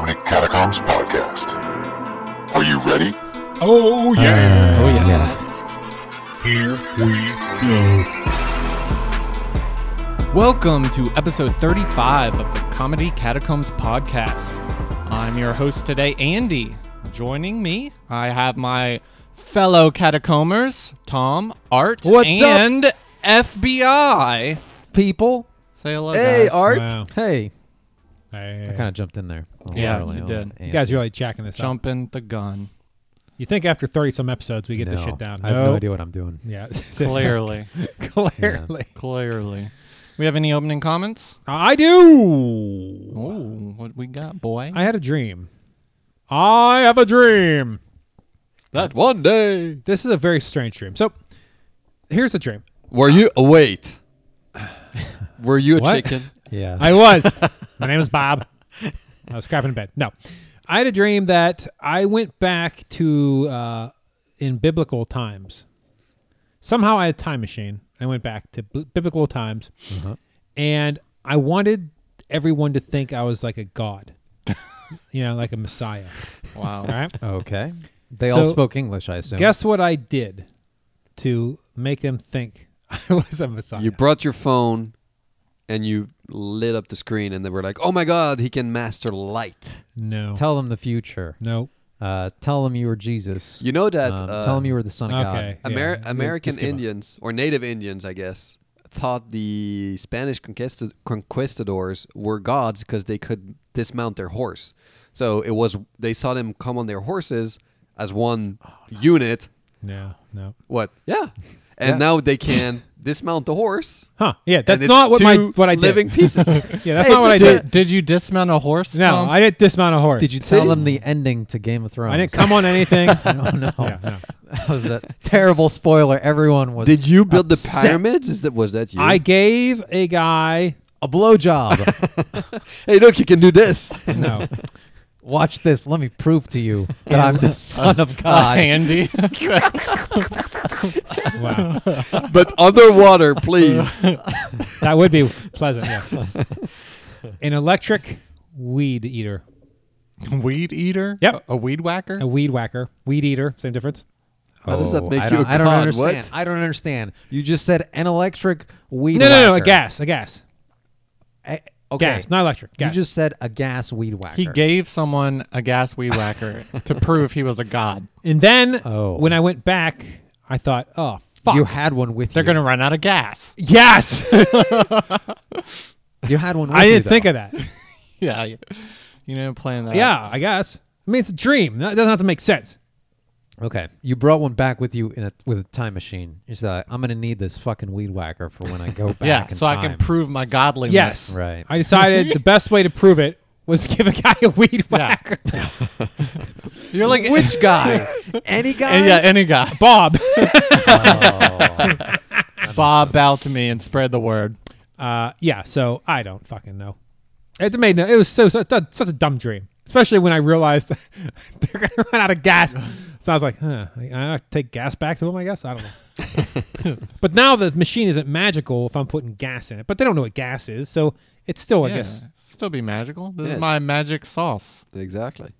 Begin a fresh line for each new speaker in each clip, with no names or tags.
Catacombs Podcast. Are you ready?
Oh yeah.
Oh yeah.
Here we go.
Welcome to episode 35 of the Comedy Catacombs podcast. I'm your host today, Andy. Joining me, I have my fellow catacombers, Tom, Art,
What's up?
and FBI.
people.
Say hello,
Hey,
guys.
Art.
Wow.
Hey.
Hey,
I kind of jumped in there. a
Yeah,
little
you
early
did.
on.
You
uh, you guys really jacking this up.
Jumping the gun.
You think after thirty some episodes we get
no,
this shit down?
I have no
Nope.
idea what I'm doing.
Yeah,
Clearly.
clearly.
clearly. We have any opening comments?
I do.
Ooh, what we got, boy?
I had a dream. I have a dream.
that one day.
This is a very strange dream. So, here's the dream.
Were you oh, wait? Were you a
What?
chicken?
Yeah.
I was. My name is Bob. I was crapping in bed. No, I had a dream that I went back to uh, in biblical times. Somehow I had a time machine. I went back to b- biblical times,
Uh-huh.
and I wanted everyone to think I was like a god, you know, like a messiah.
Wow.
All right.
okay. They all
So-
spoke English, I assume.
Guess what I did to make them think I was a messiah?
You brought your phone and you lit up the screen and they were like, "Oh my god, he can master light."
no.
Tell them the future.
no.
Uh, tell them you were Jesus.
You know that
Um,
uh,
tell them you were the son of
Okay.
God.
Amer-
Yeah,
American
just give up.
Indians or native Indians, I guess, thought the Spanish conquista- conquistadors were gods because they could dismount their horse. So it was they saw them come on their horses as one unit.
No. No.
What? Yeah. And now they can dismount the horse.
Huh? Yeah.
and
That's
it's
not what my
two
what I did.
living pieces.
Yeah, that's
Hey,
not what I
it's
did.
just
Did, did you dismount a horse?
No,
Tom?
I didn't dismount a horse.
Did you tell them the ending to Game of Thrones?
I didn't come on anything.
oh no.
Yeah, no.
That was a terrible spoiler. Everyone was
Did you build the
upset.
pyramids? Is that was that you?
I gave a guy.
a blowjob.
hey, look, you can do this.
No,
Watch this. Let me prove to you that I'm the son of
Uh,
God.
Andy.
wow,
but underwater, please.
that would be pleasant. Yeah, an electric weed eater,
weed eater?
Yep.
A, a weed whacker?
a weed whacker, weed eater, same difference.
How does that
Oh,
make
I
you
don't,
a
I don't
god?
understand.
What?
I don't understand. You just said an electric weed.
No, no, no, a
whacker.
gas, a gas,
A- okay.
gas, not electric.
you
Gas.
just said a gas weed whacker.
He gave someone a gas weed whacker to prove he was a god.
and then
Oh.
when I went back, I thought, oh fuck,
You had one with
They're
you.
going to run out of gas.
yes,
You had one. With
I
you,
didn't think
though.
of that.
Yeah. You, you know, playing that.
yeah, I guess. I mean, it's a dream. That doesn't have to make sense.
Okay, you brought one back with you in a, with a time machine. You said, "I'm gonna need this fucking weed whacker for when I go back."
Yeah.
in
So I
time."
can prove my godliness.
Yes.
Right.
I decided the best way to prove it was to give a guy a weed whacker.
You're like,
Which guy? Any guy?
yeah, any guy.
Bob.
Oh.
Bob bow to me and spread the word.
Uh, yeah, so I don't fucking know. It made no, it was so, so such a dumb dream, especially when I realized that they're gonna run out of gas. So I was like, huh, I, I take gas back to them, I guess. I don't know. but now the machine isn't magical if I'm putting gas in it, but they don't know what gas is, so it's still, I
yeah.
guess.
Still be magical. This
Yeah,
is
it's-
my magic sauce.
Exactly.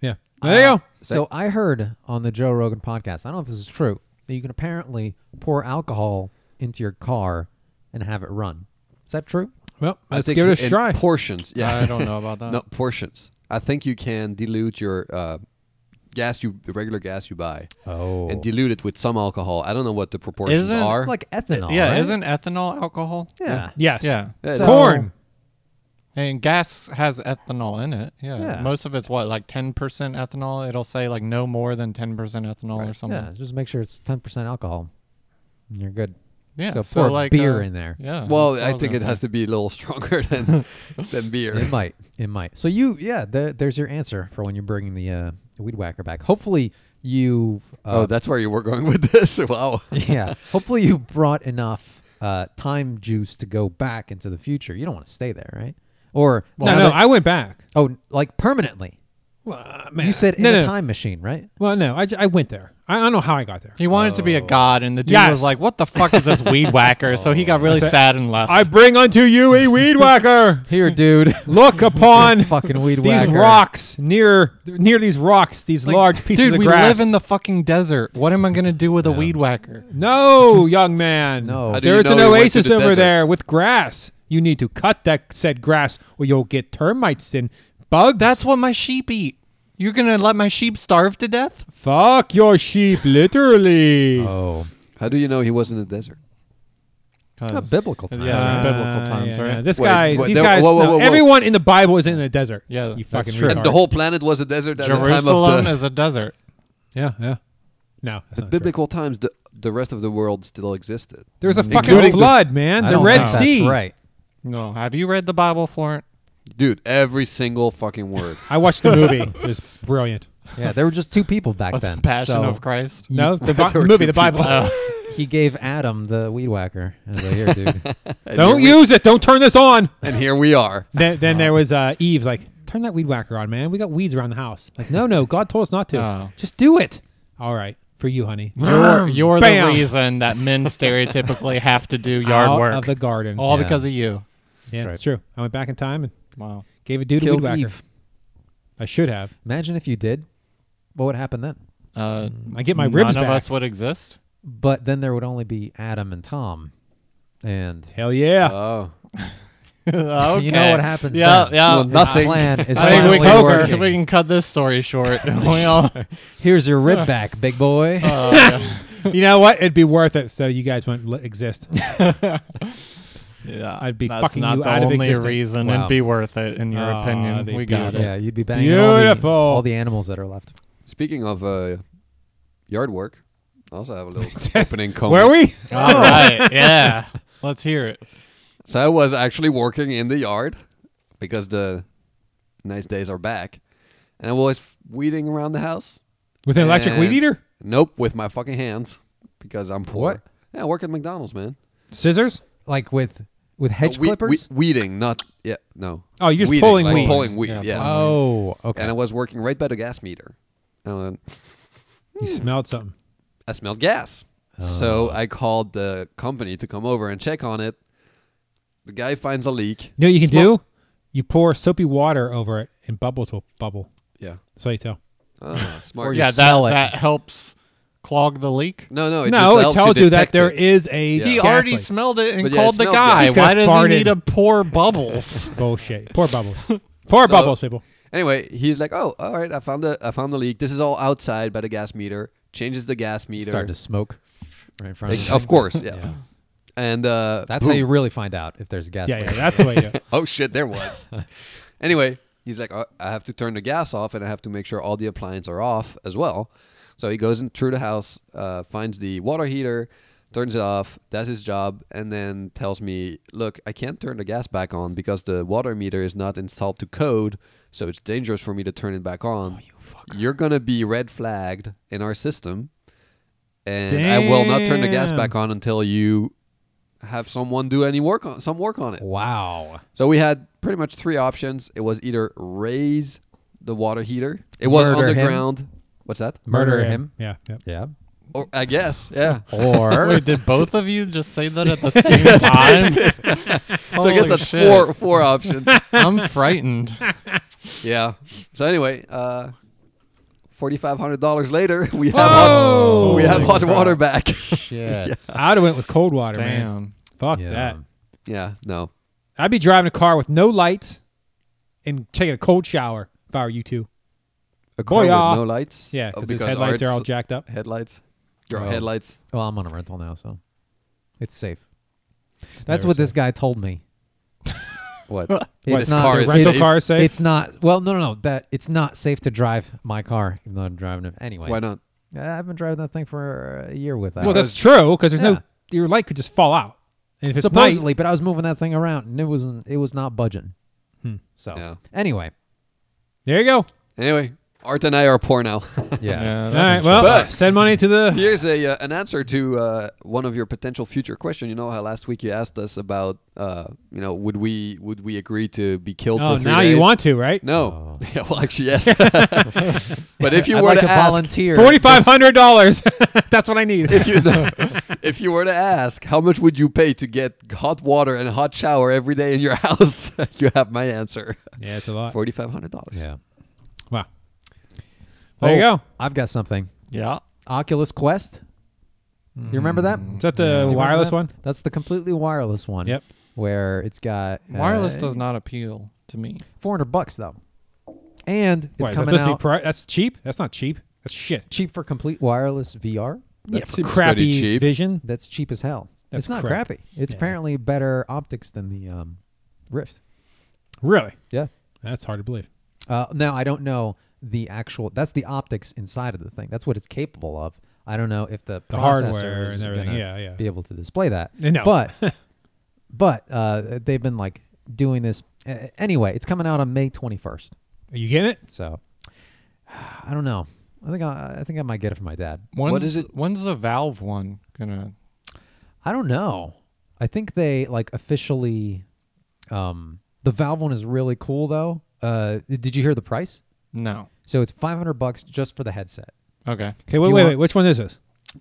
Yeah. There you go.
So I heard on the Joe Rogan podcast. I don't know if this is true. That you can apparently pour alcohol into your car and have it run. Is that true?
Well, let's
I think
give it a
in
try.
Portions. Yeah.
I don't know about that.
no portions. I think you can dilute your uh, gas you the regular gas you buy
Oh,
and dilute it with some alcohol. I don't know what the proportions
Isn't it
are.
like ethanol.
yeah.
right?
Isn't ethanol alcohol?
yeah.
yes.
Yeah.
Yeah,
So-
Corn.
And gas has ethanol in it. Yeah.
Yeah.
Most of it's what, like 10% ethanol? It'll say like no more than 10% ethanol or something.
Yeah, just make sure it's ten percent alcohol. And you're good.
Yeah.
So pour beer
uh,
in there.
Yeah.
well,
that's what
I
was
think it
gonna
has
say.
to be a little stronger than than beer.
It might. It might. So you, yeah, th- there's your answer for when you're bringing the uh, weed whacker back. Hopefully you. Uh,
oh, that's where you were going with this. Wow.
yeah. Hopefully you brought enough uh, time juice to go back into the future. You don't want to stay there, right? Or
no,
now
no,
that-
I went back.
oh, like permanently.
Well, uh, man.
You said in
no,
a
no.
time machine, right?
Well, no, I, j- I went there. I, I don't know how I got there.
He wanted to be a god, and the dude
Yes.
was like, "What the fuck is this weed whacker?" So he got really
That's it.
sad and left.
I bring unto you a weed whacker.
Here, dude.
Look upon
fucking weed
these
whacker.
rocks near near these rocks, these
Like,
large pieces
dude,
of
we
grass.
live in the fucking desert. What am I gonna do with a weed whacker?
no, young man.
No. How
do you
there's
know
an
we went to
oasis
the
over
desert?
there with grass. You need to cut that said grass, or you'll get termites and bugs.
That's what my sheep eat. You're gonna let my sheep starve to death?
fuck your sheep, literally.
Oh,
How do you know he was in the desert?
Not biblical times.
Yeah, it's
Uh,
biblical times,
yeah.
right?
This
Wait,
guy,
what-
these
there-
guys,
whoa, whoa,
no,
whoa, whoa.
everyone in the Bible is in the desert.
Yeah,
you
that's
fucking
true.
retards.
And the whole planet was a desert at the time of
Jerusalem
the,
is a desert.
yeah, yeah. No, that's not true.
biblical times. The, the rest of the world still existed. Mm-hmm.
There was a fucking
Including the-
flood, man.
I
The
don't
Red
think
Sea.
That's right.
No, have you read the Bible, Florent?
Dude, every single fucking word.
I watched the movie. it was brilliant.
Yeah, there were just two people back
With
then.
Passion
so
of Christ.
No, the Bi-
There were
movie, the
two
Bible.
He gave Adam the weed whacker. I was like, here, dude.
And
Don't
here we-
use it. Don't turn this on.
And here we are.
Then, then there was uh, Eve, like, turn that weed whacker on, man. We got weeds around the house. Like, no, no, God told us not to.
Oh.
Just do it. All right, for you, honey.
You're, you're the
Bam.
reason that men stereotypically have to do yard
Out
work.
of the garden.
All
Yeah.
because of you.
yeah, it's true. I went back in time and
Wow.
gave a dude
Killed
a weed whacker.
Eve.
I should have.
Imagine if you did. What would happen then?
Uh,
I get my ribs
None
back.
of us would exist.
But then there would only be Adam and Tom. And
Hell yeah.
Oh.
okay.
you know what happens
Yeah,
then.
yeah.
Well,
This
nothing.
plan is
I think we
finally
can,
working.
we can cut this story short. we all,
Here's your rib back, big boy.
you know what? It'd be worth it. So you guys wouldn't li- exist.
yeah,
I'd be
that's
fucking
not
you
the
out of
only
existence.
reason
Wow.
it'd be worth it in your
Oh,
opinion.
that'd
We
be
got
yeah,
it.
you'd be banging all the,
Beautiful.
all the animals that are left.
Speaking of uh, yard work, I also have a little opening comment.
Were we?
All right. Yeah. Let's hear it.
So I was actually working in the yard because the nice days are back, and I was weeding around the house.
With an electric weed
And-
eater?
Nope, with my fucking hands because I'm poor.
What?
Yeah, I work at McDonald's, man.
Scissors?
Like with with hedge
Uh, we- we-
clippers?
weeding, not yeah, no.
Oh, you're just
Weeding,
pulling
like
weeds.
pulling weed.
Yeah,
Yeah.
pulling
oh, okay.
And I was working right by the gas meter. And I went,
You smelled something.
I smelled gas. So I called the company to come over and check on it. The guy finds a leak.
You know what you can
Smell-
do? You pour soapy water over it and bubbles will bubble.
Yeah.
That's all you tell.
Ah, smart.
Yeah, that,
smell it.
that helps clog the leak.
No, no. Oh, It
no,
just
it
helps
tells you, that
detect
there
it.
is a
Yeah. He
He
gas
already
leak.
smelled it and
But yeah,
called
it
the
smelled
guy.
good.
He
Why
could've
does he need
farted.
to pour bubbles?
bullshit. Pour bubbles. Pour
So-
bubbles, people.
Anyway, he's like, "Oh, all right, I found the I found the leak. This is all outside by the gas meter." Changes the gas meter.
Starting to smoke right in front of
Like,
you.
of course, yes. And uh,
That's how you really find out if there's a gas
Yeah,
leak.
yeah, that's the way you do it.
oh shit, there was. anyway, he's like, "Oh, I have to turn the gas off, and I have to make sure all the appliances are off as well. So he goes in through the house, uh, finds the water heater, turns it off. That's his job, and then tells me, "Look, I can't turn the gas back on because the water meter is not installed to code, so it's dangerous for me to turn it back on. you are gonna be red flagged in our system, and I will not turn the gas
Damn.
back on until you." Have someone do any work on some work on it.
Wow.
So we had pretty much three options. It was either raise the water heater. It was
Murder him.
underground. What's that?
Murder, him.
Yeah. Yep.
Yeah.
Or I guess, yeah.
Or
Wait, did both of you just say that at the same time?
so I guess that's four four options.
I'm frightened.
yeah. So anyway, uh, forty five hundred dollars later, we have hot, we have
Holy
hot water back.
shit.
I would have went with cold water, man.
Damn.
Fuck
Yeah.
that.
yeah. No.
I'd be driving a car with no lights and taking a cold shower if I were you two.
A car
Booyah.
with no lights.
uh, Yeah,
Oh,
because his headlights are
ours-
all jacked up.
Headlights. Your
Oh.
headlights.
Well, I'm on a rental now, so it's safe.
It's
That's
never
what this
safe.
guy told me.
What?
It's
This
not
car
The
is
rental eh?
safe.
car is safe.
It's not. Well, no, no, no. That it's not safe to drive my car, even though I'm driving it anyway. Uh,
Why not?
I've been driving that thing for a year without.
well,
it.
that's true because there's
uh, Yeah.
no your light could just fall out. And if it's night-
supposedly, but I was moving that thing around, and it Hmm. wasn't. It was not budging. So
Yeah.
anyway,
there you go.
Anyway, Art and I are poor now.
Yeah.
All right. Well,
But-
send money to the. oh,
Here's a uh, an answer to uh, one of your potential future question. You know how last week you asked us about uh, you know would we would we agree to be killed
Oh,
for three
now
days?
you want to, right?
No.
Oh.
Yeah, well, actually, yes. but if you
I'd
were
like
to,
to,
ask,
volunteer.
Forty-five hundred dollars. That's what I need.
if you if you were to ask, how much would you pay to get hot water and a hot shower every day in your house? you have my answer.
yeah, it's a lot.
Forty five hundred dollars.
Yeah.
Wow. There you
Oh,
go.
I've got something.
Yeah.
Oculus Quest. You remember Mm. that?
Is that the
Do you remember
wireless
that?
one?
That's the completely wireless one.
Yep.
Where it's got uh,
Wireless does not appeal to me.
four hundred bucks though, and it's
Wait, that's
coming
supposed to
out
be pri- that's cheap. That's not cheap. That's shit.
cheap for complete wireless VR.
That's
It's
pretty
crappy
cheap.
vision.
That's cheap as hell.
That's
it's not
crap.
crappy. It's
Yeah.
apparently better optics than the um, Rift.
Really?
Yeah.
That's hard to believe.
Uh, now I don't know the actual. That's the optics inside of the thing. That's what it's capable of. I don't know if the,
The
processor
hardware
is
and everything.
gonna
Yeah, yeah.
be able to display that.
Uh, no.
but but uh, they've been like doing this uh, anyway. It's coming out on May twenty first.
Are you getting it?
So I don't know. I think I, I think I might get it from my dad.
When's,
is it-
When's the Valve one gonna?
I don't know. I think they like officially. Um, the Valve one is really cool though. Uh, did you hear the price?
No.
So it's five hundred bucks just for the headset.
Okay.
Okay, wait,
you
wait,
want-
wait. Which one is this?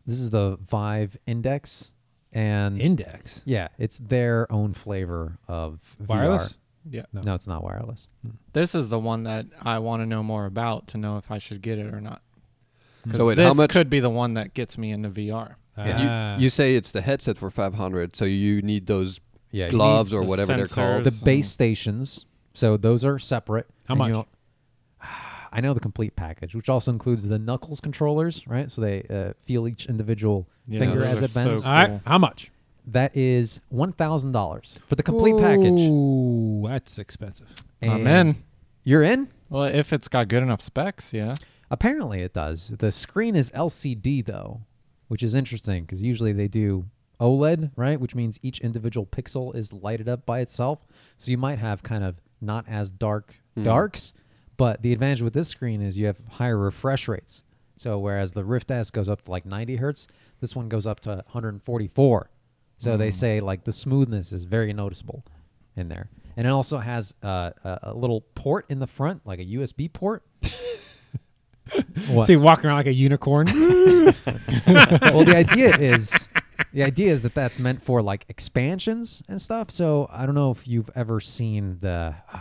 This is the Vive Index, and
Index.
yeah, it's their own flavor of
Wireless?
Yeah.
VR. No, it's not wireless.
This is the one that I want to know more about to know if I should get it or not. 'Cause
So wait,
this
how much?
could be the one that gets me into VR.
Ah.
you, you say it's the headset for five hundred, so you need those
Yeah, you
gloves
need
or
the
whatever they're called.
the
So-
base stations. So those are separate.
How
and
much?
you'll- I know the complete package, which also includes the knuckles controllers, right? So they uh, feel each individual
Yeah,
finger
those
as
are
it bends.
so-
All right.
Cool.
How much?
That is one thousand dollars for the complete package.
Ooh, that's expensive.
I'm
And
in.
You're in.
Well, if it's got good enough specs, yeah.
Apparently, it does. The screen is LCD though, which is interesting because usually they do OLED, right? Which means each individual pixel is lighted up by itself. So you might have kind of not as dark darks, but the advantage with this screen is you have higher refresh rates. So whereas the Rift S goes up to like 90 hertz, this one goes up to 144. So they say like the smoothness is very noticeable in there, and it also has uh, a, a little port in the front, like a USB port. What?
So you're walking around like a unicorn.
well, the idea is the idea is that that's meant for like expansions and stuff. So I don't know if you've ever seen the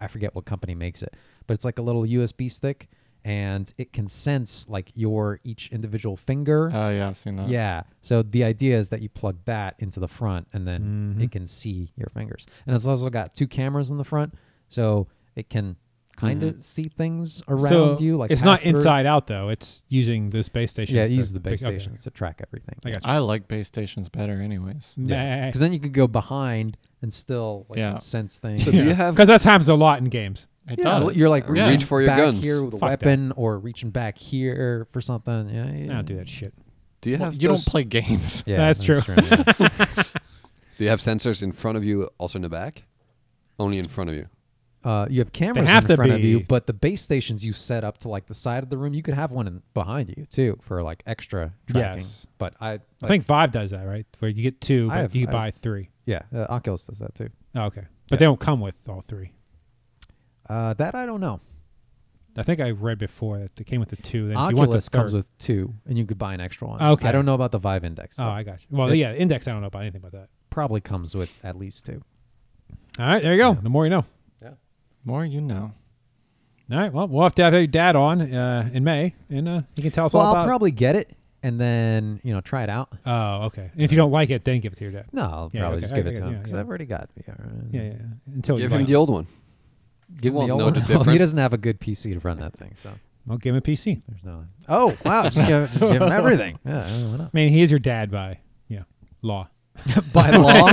I forget what company makes it, but it's like a little USB stick and it can sense like your each individual finger.
Uh-huh.
Oh yeah, I've seen that.
yeah. So the idea is that you plug that into the front and then
Mm-hmm.
it can see your fingers. And it's also got two cameras in the front, so it can kind of see things around
Mm-hmm. so
you like
it's not
pass through.
inside out though. It's using the space station.
Yeah, use the base stations to track everything.
I got
I like base stations better, anyways.
Yeah.
Because then you could go behind and still like,
Yeah.
sense things.
So do you have?
Because that happens a lot in games.
It
yeah,
does.
you're like
Or
reaching
reach for your
back
guns.
here with a
Fuck that.
weapon, or reaching back here for something. Yeah, yeah.
I don't do that shit.
Do you
Well,
have?
you don't
those-
play games.
Yeah,
That's true.
yeah.
Do you have sensors in front of you, also in the back? Only in front of you.
uh, you have cameras
have
in
to
front of you,
be.
but the base stations you set up to like the side of the room, you could have one in, behind you too for like extra tracking.
Yes.
But I,
I think Vive does that, right? Where you get two,
I
but
have-
you
I
buy three.
yeah, uh, Oculus does that too.
Oh, okay, but they don't come with all three.
Uh, that I don't know.
I think I read before that they came with the two. Then if you want the
Oculus comes
third-
with two, and you could buy an extra one.
Okay.
I don't know about the Vive Index.
Oh,
though.
I got you. Well,
It-
yeah, Index. I don't know about anything about that.
probably comes with at least two.
All right, there you go. The more you know.
More you know.
All right. Well, we'll have to have your dad on uh, in May, and uh, he can tell us
Well,
all
I'll
about.
probably get it and then you know try it out.
oh, okay. And if you don't like it, then give it to your dad.
No, I'll
Yeah,
probably
okay,
just give
okay,
it to him
yeah,
because
yeah.
I've already got VR.
Yeah, yeah. yeah. Until
Give
you
him
like
the
it.
old one.
Give him
won't
the old
know the
one. Well, He
difference.
doesn't have a good PC to run that thing, so
Well, give him a PC.
there's no. Oh wow, just give, just give him everything. Yeah, I don't know,
I mean, he is your dad by yeah law.
why not? by law,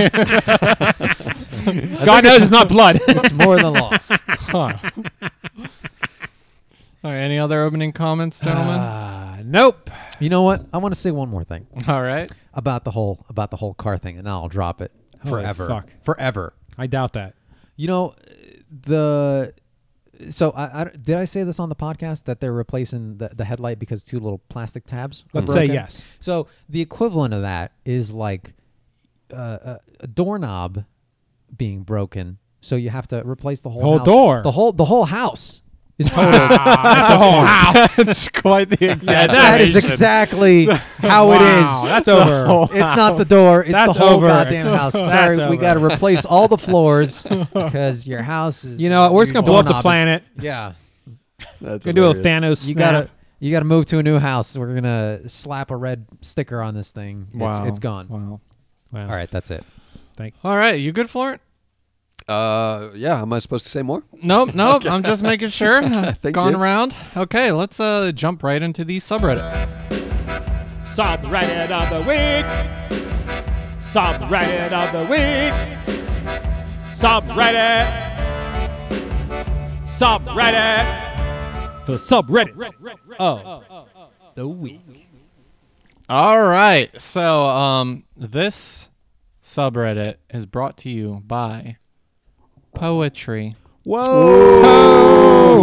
God knows it's not blood.
it's more than law.
Huh. All right. Any other opening comments, gentlemen?
uh, nope.
You know what? I want to say one more thing
All right.
about the whole about the whole car thing, and I'll drop it
Holy
forever.
fuck.
Forever.
I doubt that.
You know, the so I, I- did I say this on the podcast that they're replacing the, the headlight because two little plastic tabs? are
Let's say
broken?
yes.
So the equivalent of that is like uh, a, a doorknob being broken, so you have to replace the whole
Whole
house.
door.
the whole the whole house is totaled.
That's the whole house.
That's quite the
Yeah,
exact.
that is exactly how
Wow,
it is.
That's over.
It's not the door. It's
That's
the whole
over.
goddamn house.
That's
Sorry, we
over.
got to replace all the floors because your house is.
You know, what, we're just
your
gonna blow up the
doorknob is-
planet.
Yeah,
That's
Gonna do a
hilarious.
Thanos.
you
snap.
gotta you gotta move to a new house. We're gonna slap a red sticker on this thing. It's-
Wow.
it's gone.
Wow.
Wow.
All right, that's it.
All right, you good for it?
Uh, yeah. Am I supposed to say more?
Nope, nope. I'm just making sure.
Thank
Gone
you.
around. Okay, let's uh, jump right into the subreddit.
Subreddit of the week. Subreddit of the week. Subreddit. Subreddit.
The subreddit of the week.
All right. So, um, this subreddit is brought to you by poetry.
Whoa.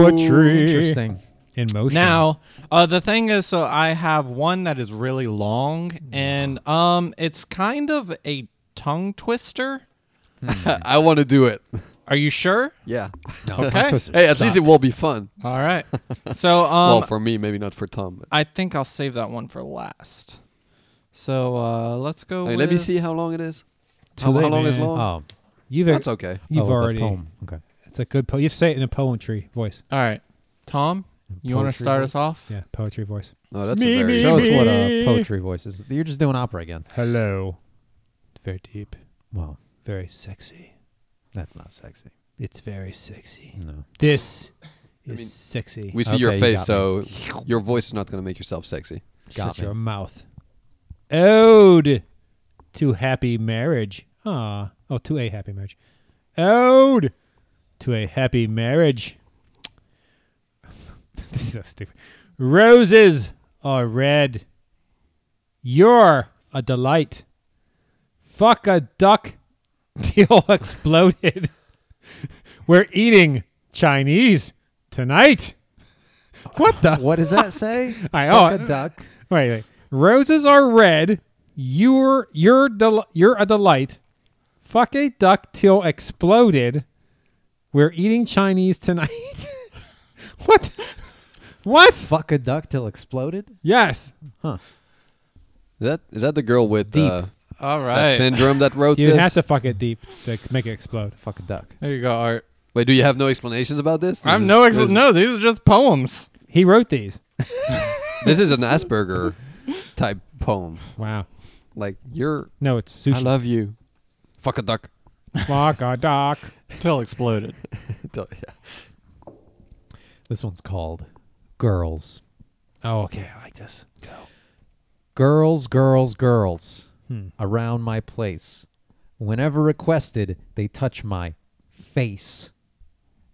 Poetry.
Interesting.
In motion.
Now, uh, the thing is, so I have one that is really long, and um, it's kind of a tongue twister.
I want to do it.
Are you sure?
Yeah.
Okay.
Hey, at least it will be fun.
All right. So, um,
well, for me, maybe not for Tom. But
I think I'll save that one for last. So uh, let's go.
Hey, let me
with-
see how long it is. How, how
late,
long is
man.
long?
Oh,
you've
That's okay.
you've
oh, the
already.
poem. Okay.
It's a good. Po- you say it in a poetry voice.
All right, Tom, you want to
Poetry
start
voice?
us off?
Yeah, poetry voice.
No, that's
Me,
a very.
me,
Show us what
Me.
uh, poetry voice is. You're just doing opera again.
Hello. Very deep.
Wow,
Very sexy.
that's not sexy.
It's very sexy.
No.
This is
mean,
sexy.
We see your
Okay, you
face,
got
so your voice is not going to make yourself sexy.
got
Shut
me.
your mouth. Ode to happy marriage. Ah, oh, to a happy marriage. Ode to a happy marriage. this is so stupid. Roses are red. You're a delight. Fuck a duck deal exploded. We're eating Chinese tonight. What the?
What does that say?
I-
Fuck
oh,
a duck.
Wait, wait. Roses are red. You're you're del- you're a delight. Fuck a duck till exploded. We're eating Chinese tonight. what? What?
Fuck a duck till exploded.
Yes.
Is that is that the girl with
Deep.
uh,
All
that
right.
syndrome that wrote
You
this?
have to fuck it deep to make it explode.
Fuck a duck.
there you go, Art.
Wait, do you have no explanations about this? This
I'm
is-
no
this
ex-
is-
no. These are just poems.
He wrote these.
This is an Asperger type poem.
Wow.
Like you're,
No, it's
I
sushi.
love you. Fuck a duck.
Fuck a duck.
Till exploded.
Yeah.
This one's called Girls.
Oh, okay. I like this.
Girls, girls, girls
Hmm.
around my place. Whenever requested, they touch my face.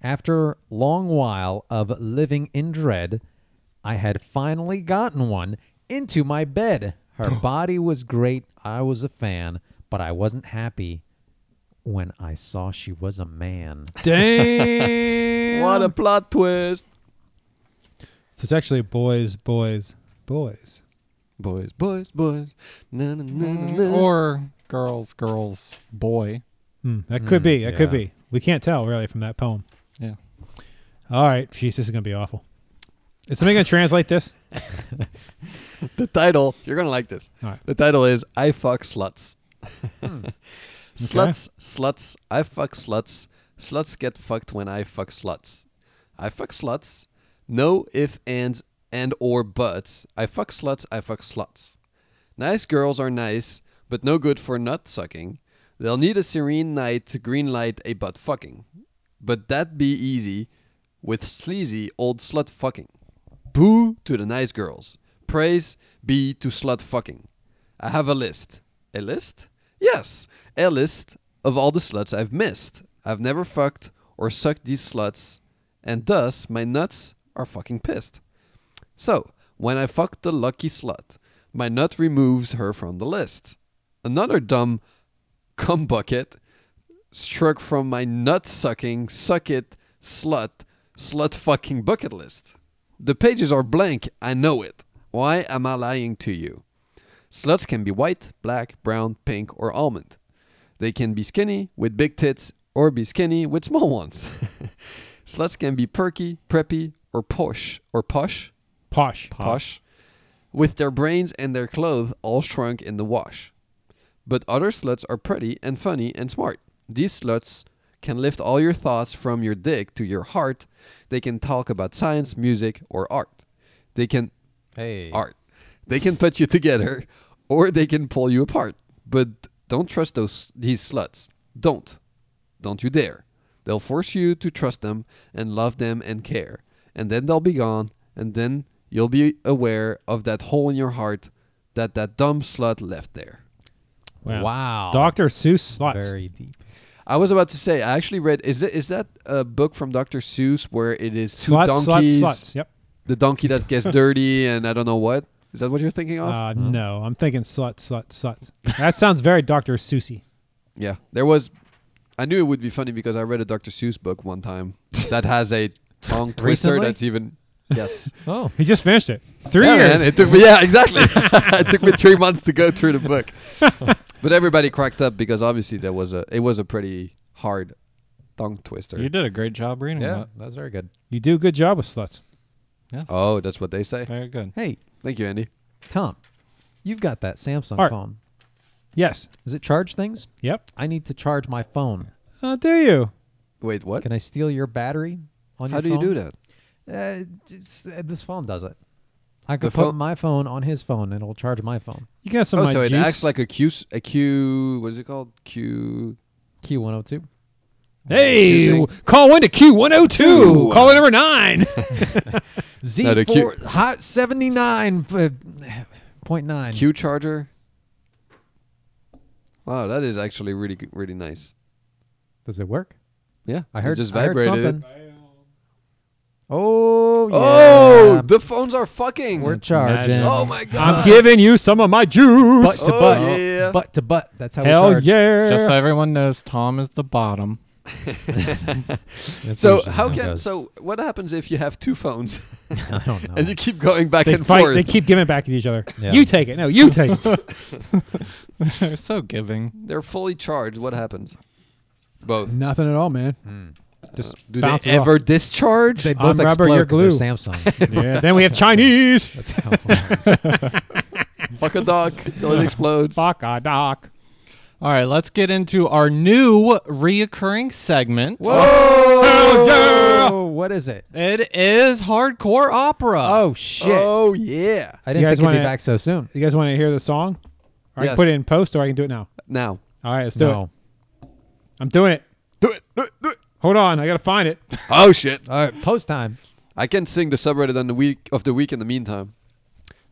After long while of living in dread, I had finally gotten one into my bed. Her body was great, I was a fan, but I wasn't happy when I saw she was a man.
Damn.
What a plot twist.
So it's actually boys, boys, boys.
Boys, boys, boys. Na, na, na, na, na.
or girls, girls, boy.
Hmm, that could be. That could
yeah.
be. We can't tell really from that poem.
Yeah.
All right, jeez, this is gonna be awful. Is somebody gonna translate this?
the title, you're gonna like this.
All right.
The title is I fuck sluts. Hmm. Sluts, sluts, I fuck sluts. Sluts get fucked when I fuck sluts. I fuck sluts. No if ands and or buts. I fuck sluts, I fuck sluts. Nice girls are nice, but no good for nut sucking. They'll need a serene night to green light a butt fucking. But that be easy with sleazy old slut fucking. Boo to the nice girls. Praise be to slut fucking. I have a list. A list? Yes, a list of all the sluts I've missed. I've never fucked or sucked these sluts, and thus my nuts are fucking pissed. So, when I fuck the lucky slut, my nut removes her from the list. Another dumb cum bucket struck from my nut sucking, suck it, slut, slut fucking bucket list. The pages are blank, I know it. Why am I lying to you? Sluts can be white, black, brown, pink, or almond. They can be skinny with big tits or be skinny with small ones. Sluts can be perky, preppy, or posh, or posh,
Posh.
posh, with their brains and their clothes all shrunk in the wash. But other sluts are pretty and funny and smart. These sluts can lift all your thoughts from your dick to your heart. They can talk about science, music, or art. They can
Hey.
art. They can put you together or they can pull you apart. But don't trust those these sluts. Don't. Don't you dare. They'll force you to trust them and love them and care. And then they'll be gone and then you'll be aware of that hole in your heart that that dumb slut left there.
Wow.
Dr. Seuss sluts.
Very deep.
I was about to say I actually read is that is that a book from Dr. Seuss where it is two
sluts,
donkeys
sluts, sluts. Yep.
the donkey that gets dirty and I don't know what. Is that what you're thinking of?
Uh, No, I'm thinking slut, slut, sluts. That sounds very Dr. Seussy.
Yeah, there was. I knew it would be funny because I read a Dr. Seuss book one time that has a tongue twister
Recently?
that's even. Yes.
Oh.
He just finished it. Three
yeah,
years.
man, it took me. Yeah, exactly. it took me three months to go through the book, but everybody cracked up because obviously there was a. It was a pretty hard tongue twister.
You did a great job reading
Yeah,
that.
that's very good.
you do a good job with sluts.
Oh, that's what they say.
Very good.
Hey,
Thank you, Andy.
Tom, you've got that Samsung
Art.
phone.
Yes.
Does it charge things?
Yep.
I need to charge my phone.
Uh, do you?
Wait, what?
Can I steal your battery on
How
your
do you
phone?
do that?
Uh, it's, uh, this phone does it. I could
The
put
phone-
my phone on his phone and it'll charge my phone.
You can have some
Oh,
of my
so it
juice.
acts like a Q. s- A Q. What is it called? Q.
Q102.
hey,
Q
w- call into Q102. Caller number nine.
Z4
the Q-
hot uh, 79.9.
Q charger. Wow, that is actually really g- really nice.
Does it work?
Yeah,
I
it
heard
just
I heard
vibrated. it.
something. Oh, yeah.
Oh, the phones are fucking.
We're charging.
oh my god.
I'm giving you some of my juice.
Butt to
Oh,
butt.
yeah.
Butt to butt. That's how we
Hell
charge.
yeah.
Just so everyone knows, Tom is the bottom.
That's
so
usually
how
it
can
goes.
so what happens if you have two phones
I don't know.
and you keep going back
they
and
fight.
forth?
They keep giving it back to each other.
Yeah.
You take it. No, you take it.
They're so giving.
They're fully charged. What happens? Both.
Nothing at all, man. Just
Do they
Mm, bounces off.
ever discharge?
they
I'm
both
rubber,
explode
you're
'cause they're Samsung.
Yeah. Then we have Chinese.
That's how it works.
Fuck a dog till it explodes.
Fuck a doc.
All right, let's get into our new reoccurring segment.
oh, what is it?
It is hardcore opera.
Oh shit!
Oh yeah.
I didn't
You guys
think it'd
wanna-
be back so soon.
You guys want to hear the song? Or I
Yes.
can put it in post, or I can do it now.
Now.
All right, let's do
No.
it. I'm doing it.
Do it. Do it. Do it.
Hold on, I gotta find it.
Oh shit.
All right, post time.
I can sing the subreddit on the week of the week in the meantime.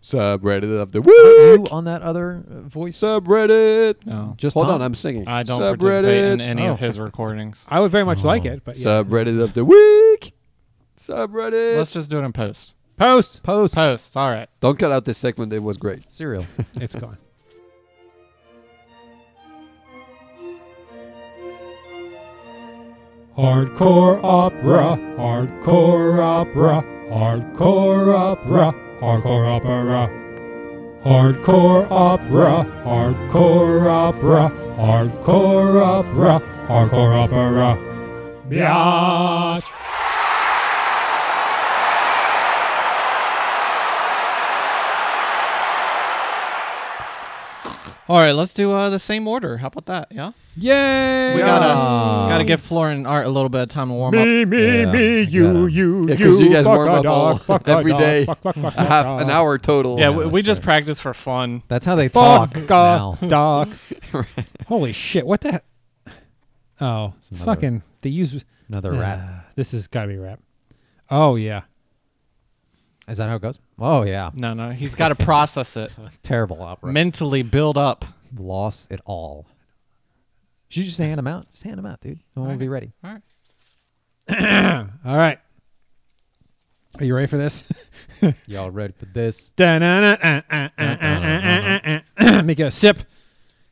Subreddit of the
You
week.
on that other uh, voice?
Subreddit.
no.
Just
Hold
Tom?
on, I'm singing.
I don't
Subreddit
participate in any
Oh.
of his recordings.
I would very much
Oh.
like it, but yeah.
Subreddit of the week. Subreddit.
Let's just do it in post.
post.
post
Post. All right.
Don't cut out this segment. It was great.
cereal.
It's gone. Hardcore opera, hardcore opera, hardcore opera, hardcore opera. Hardcore opera, hardcore opera, hardcore opera, hardcore opera. Biatch.
All right. Let's do uh, the same order. How about that? Yeah.
Yay!
We gotta
Yeah.
gotta give Florin and Art a little bit of time to warm up.
me, me,
Yeah,
me,
I got
you,
'em.
you,
Yeah, 'cause
you.
you guys
fuck
warm
a
up
dog,
all-
fuck a
every
dog,
day.
Fuck, fuck, fuck,
A
fuck,
half
dog.
an hour total.
Yeah,
Yeah,
we, we
that's
just
right.
practice for fun.
That's how they talk.
Fuck
now.
a dog. Holy shit! What the? He- oh,
another-
fucking! They use uh,
Another rap.
This has got to be rap. Oh yeah.
Is that how it goes? Oh yeah.
No, no, he's got to process it,
Terrible opera.
mentally build up.
Lost it all. Should you just hand them out? Just hand them out, dude. No one will be ready.
All right.
All right. Are you ready for this?
Y'all ready for this?
Make a sip.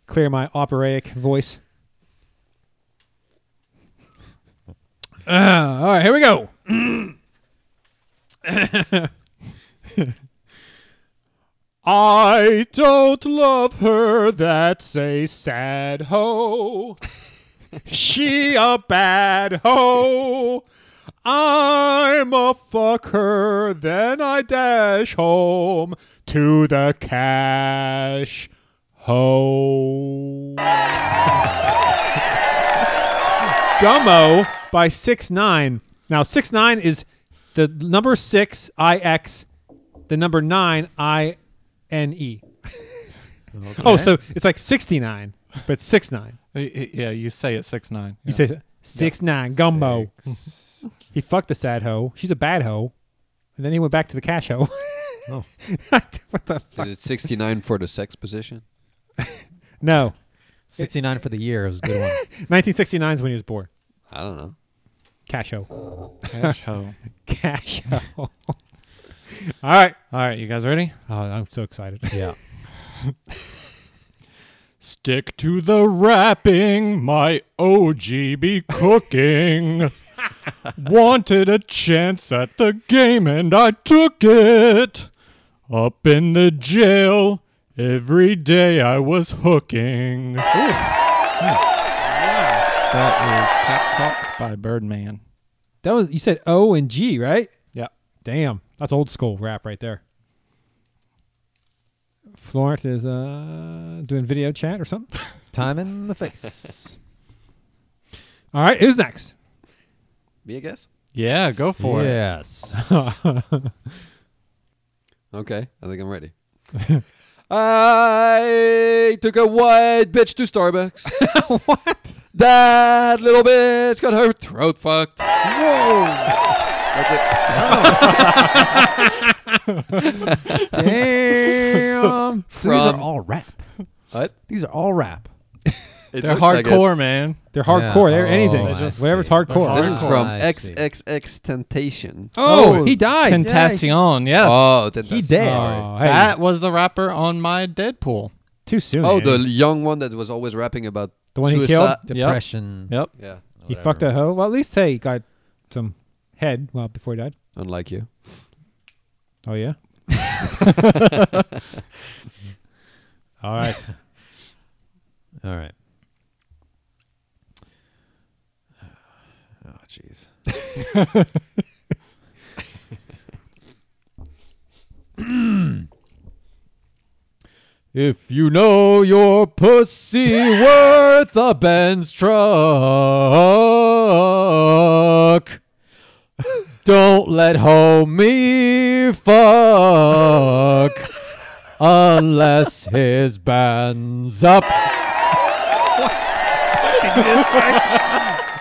Clear my operatic voice. Uh, all right, here we go. I don't love her, that's a sad hoe. she a bad hoe. I'm a fucker, then I dash home to the cash hoe. Gummo by six nine. Now six nine is the number six I X, the number nine I N E. Oh, so it's like sixty nine, but six nine.
Yeah, you say it six nine.
You say six nine Gummo. He fucked the sad hoe. She's a bad hoe, and then he went back to the cash hoe.
Oh.
what the fuck?
Is it 69 for the sex position?
No,
69 for the year. It was a good one.
nineteen sixty nine is when he was born.
I don't know.
Cash hoe.
All
Cash hoe. All right.
right, you guys ready?
Oh, I'm so excited.
Yeah.
Stick to the rapping, my OG be cooking. Wanted a chance at the game and I took it. Up in the jail, every day I was hooking. That Hmm. is Cat Talk by Birdman.
That was you said O and G, right?
Yeah.
Damn, that's old school rap right there. Florent is uh, doing video chat or something.
Time in the face.
All right, who's next?
Be a guess?
Yeah, go for it.
yes.
Okay, I think I'm ready. I took a white bitch to Starbucks. what? That little bitch got her throat fucked.
Damn.
so these are
From-
all rap.
What?
These are all rap.
It
They're
looks like it.
hardcore, man.
They're hardcore. They're
Oh,
anything.
I
Just-
Whatever's
see.
hardcore.
They're
This is
Hardcore.
from
I see.
XXX Temptation.
oh, he died.
Tentacion, yes.
Oh, then
He
that's-
dead.
sorry.
Oh, hey.
That was the rapper on my Deadpool.
Too soon.
Oh,
man.
the young one that was always rapping about
The one he
suicide.
killed?
Depression.
Yep.
Yeah,
he fucked a hoe. Well, at least hey, he got some head. Well, before he died.
unlike you.
Oh yeah. All right.
All right. Oh, jeez. if you know your pussy worth a Benz truck, don't let homie fuck unless his band's up.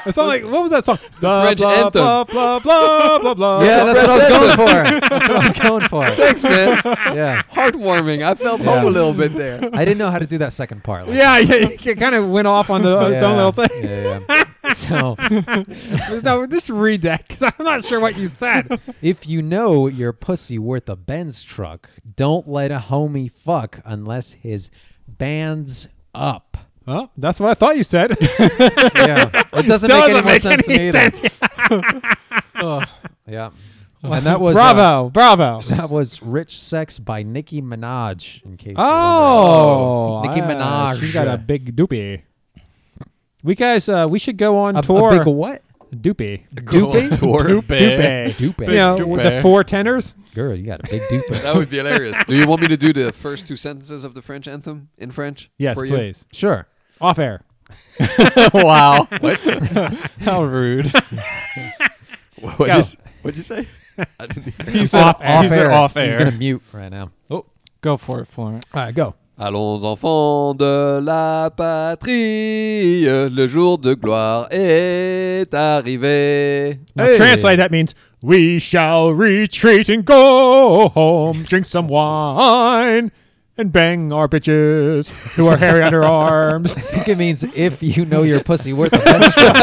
It's not like what was that song?
French anthem.
blah blah blah blah blah.
Yeah, that's what I was going for. That's what I was going for.
Thanks, man.
Yeah.
Heartwarming. I felt
Yeah.
home a little bit there.
I didn't know how to do that second part. like-
Yeah, yeah, it kind of went off on the on its own little thing.
Yeah, yeah. So,
No, just read that because I'm not sure what you said.
if you know your pussy worth a Benz truck, don't let a homie fuck unless his band's up.
well, that's what I thought you said.
Yeah, it doesn't
Still
make any more
doesn't make
sense to
any
me
sense.
either. Yeah, and that was uh,
bravo, bravo.
that was "Rich Sex" by Nicki Minaj. In case. you're
Oh,
Nicki
ah,
Minaj.
She got a big doopy. We guys, uh, we should go on
wondering. a,
tour.
a big what?
doopy.
Go on
Doopy.
tour.
Doopy.
Dupe.
You know, with the four tenors.
Girl, you got a big dupe.
That would be hilarious. Do you want me to do the first two sentences of the French anthem in French?
Yes,
for
please.
sure.
Off air.
wow. How rude.
You? What
Go.
is, what'd you say? I didn't hear.
He's off, air. He's off
He's
air.
gonna mute right now.
Oh, go for it, Florent.
All right, go.
Allons enfants de la patrie, le jour de gloire est arrivé.
Now, translate that means we shall retreat and go home, drink some wine, and bang our bitches who are hairy under arms.
I think it means if you know your pussy worth a Benz truck.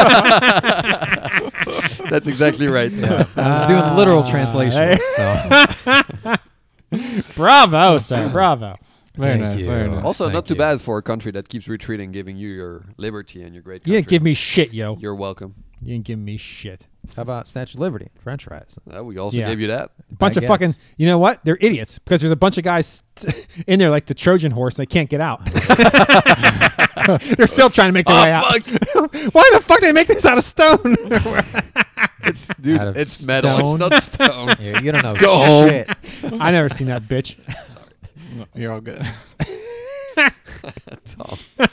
That's exactly right.
I was doing literal
Ah,
translation. So.
Bravo, sir. Bravo.
Very
Thank
nice.
you.
Very nice.
Also,
Thank
not too
you.
bad for a country that keeps retreating, giving you your liberty and your great.
You
Country.
didn't give me shit, yo.
You're welcome.
You didn't give me shit.
How about Statue of Liberty? French fries.
Uh, we also
Yeah.
gave you that.
bunch of
Baguettes.
fucking you know what they're idiots because there's a bunch of guys in there like the trojan horse and they can't get out they're still trying to
Oh,
make their
Oh,
way out why the fuck they make this out of stone
It's dude,
Out of
it's metal. It's
stone.
not stone.
Yeah, you don't know.
go home.
shit.
i never seen that bitch
You're all good.
Tom.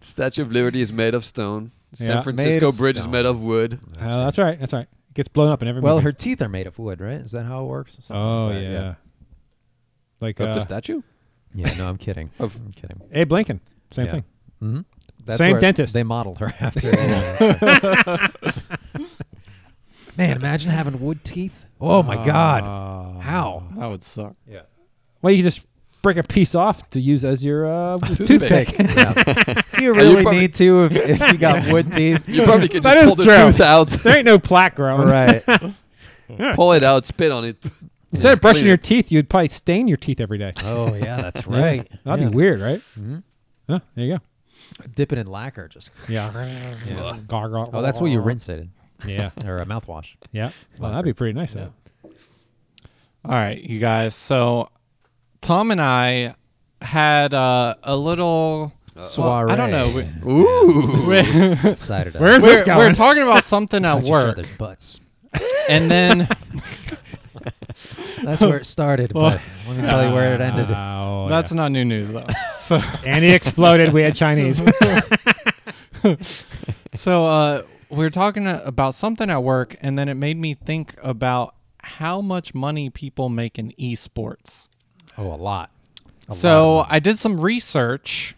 Statue of Liberty is made of stone.
Yeah.
San Francisco
of
Bridge is
stone.
made of wood.
oh that's right that's right it gets blown up in every
Well,
movie.
her teeth are made of wood, right? Is that how it works? Something
oh
like that,
yeah. like
Of the
uh,
statue?
yeah. No, I'm kidding.
Of-
I'm kidding.
abe lincoln same
Yeah.
thing
hmm
Same dentist.
They modeled her after. that. Man, imagine having wood teeth. Oh my God!
Uh,
How?
That would suck.
well you just break a piece off to use as your uh,
Toothpick.
toothpick
Do you really
probably-
need to if, if you got wood teeth?
You probably could
That
just pull
is
the
true.
tooth out,
there ain't no plaque growing
right.
pull it out, spit on it.
instead of
Just
brushing
clean
your
it.
teeth you'd probably stain your teeth every day
Oh yeah, that's right.
That'd
yeah.
be weird, right? Huh, there you go.
Dip it in lacquer, just.
Yeah.
Yeah.
Gargle.
Oh, that's what you rinse it in,
Yeah.
or a mouthwash.
Yeah. Well, that'd be pretty nice. though.
All right, you guys. So Tom and I had uh, a little.
Soiree.
I don't know. We,
Ooh.
we-
Decided.
Where's
we're,
this going?
we're talking about something at
Touch each
work,
other's butts.
and then
That's where it started. but let me tell you where it ended.
Oh,
that's
yeah.
not new news though. So
and it exploded. We had Chinese.
so uh, we were talking uh, about something at work, and then it made me think about how much money people make in esports.
Oh, a lot.
So I did some research,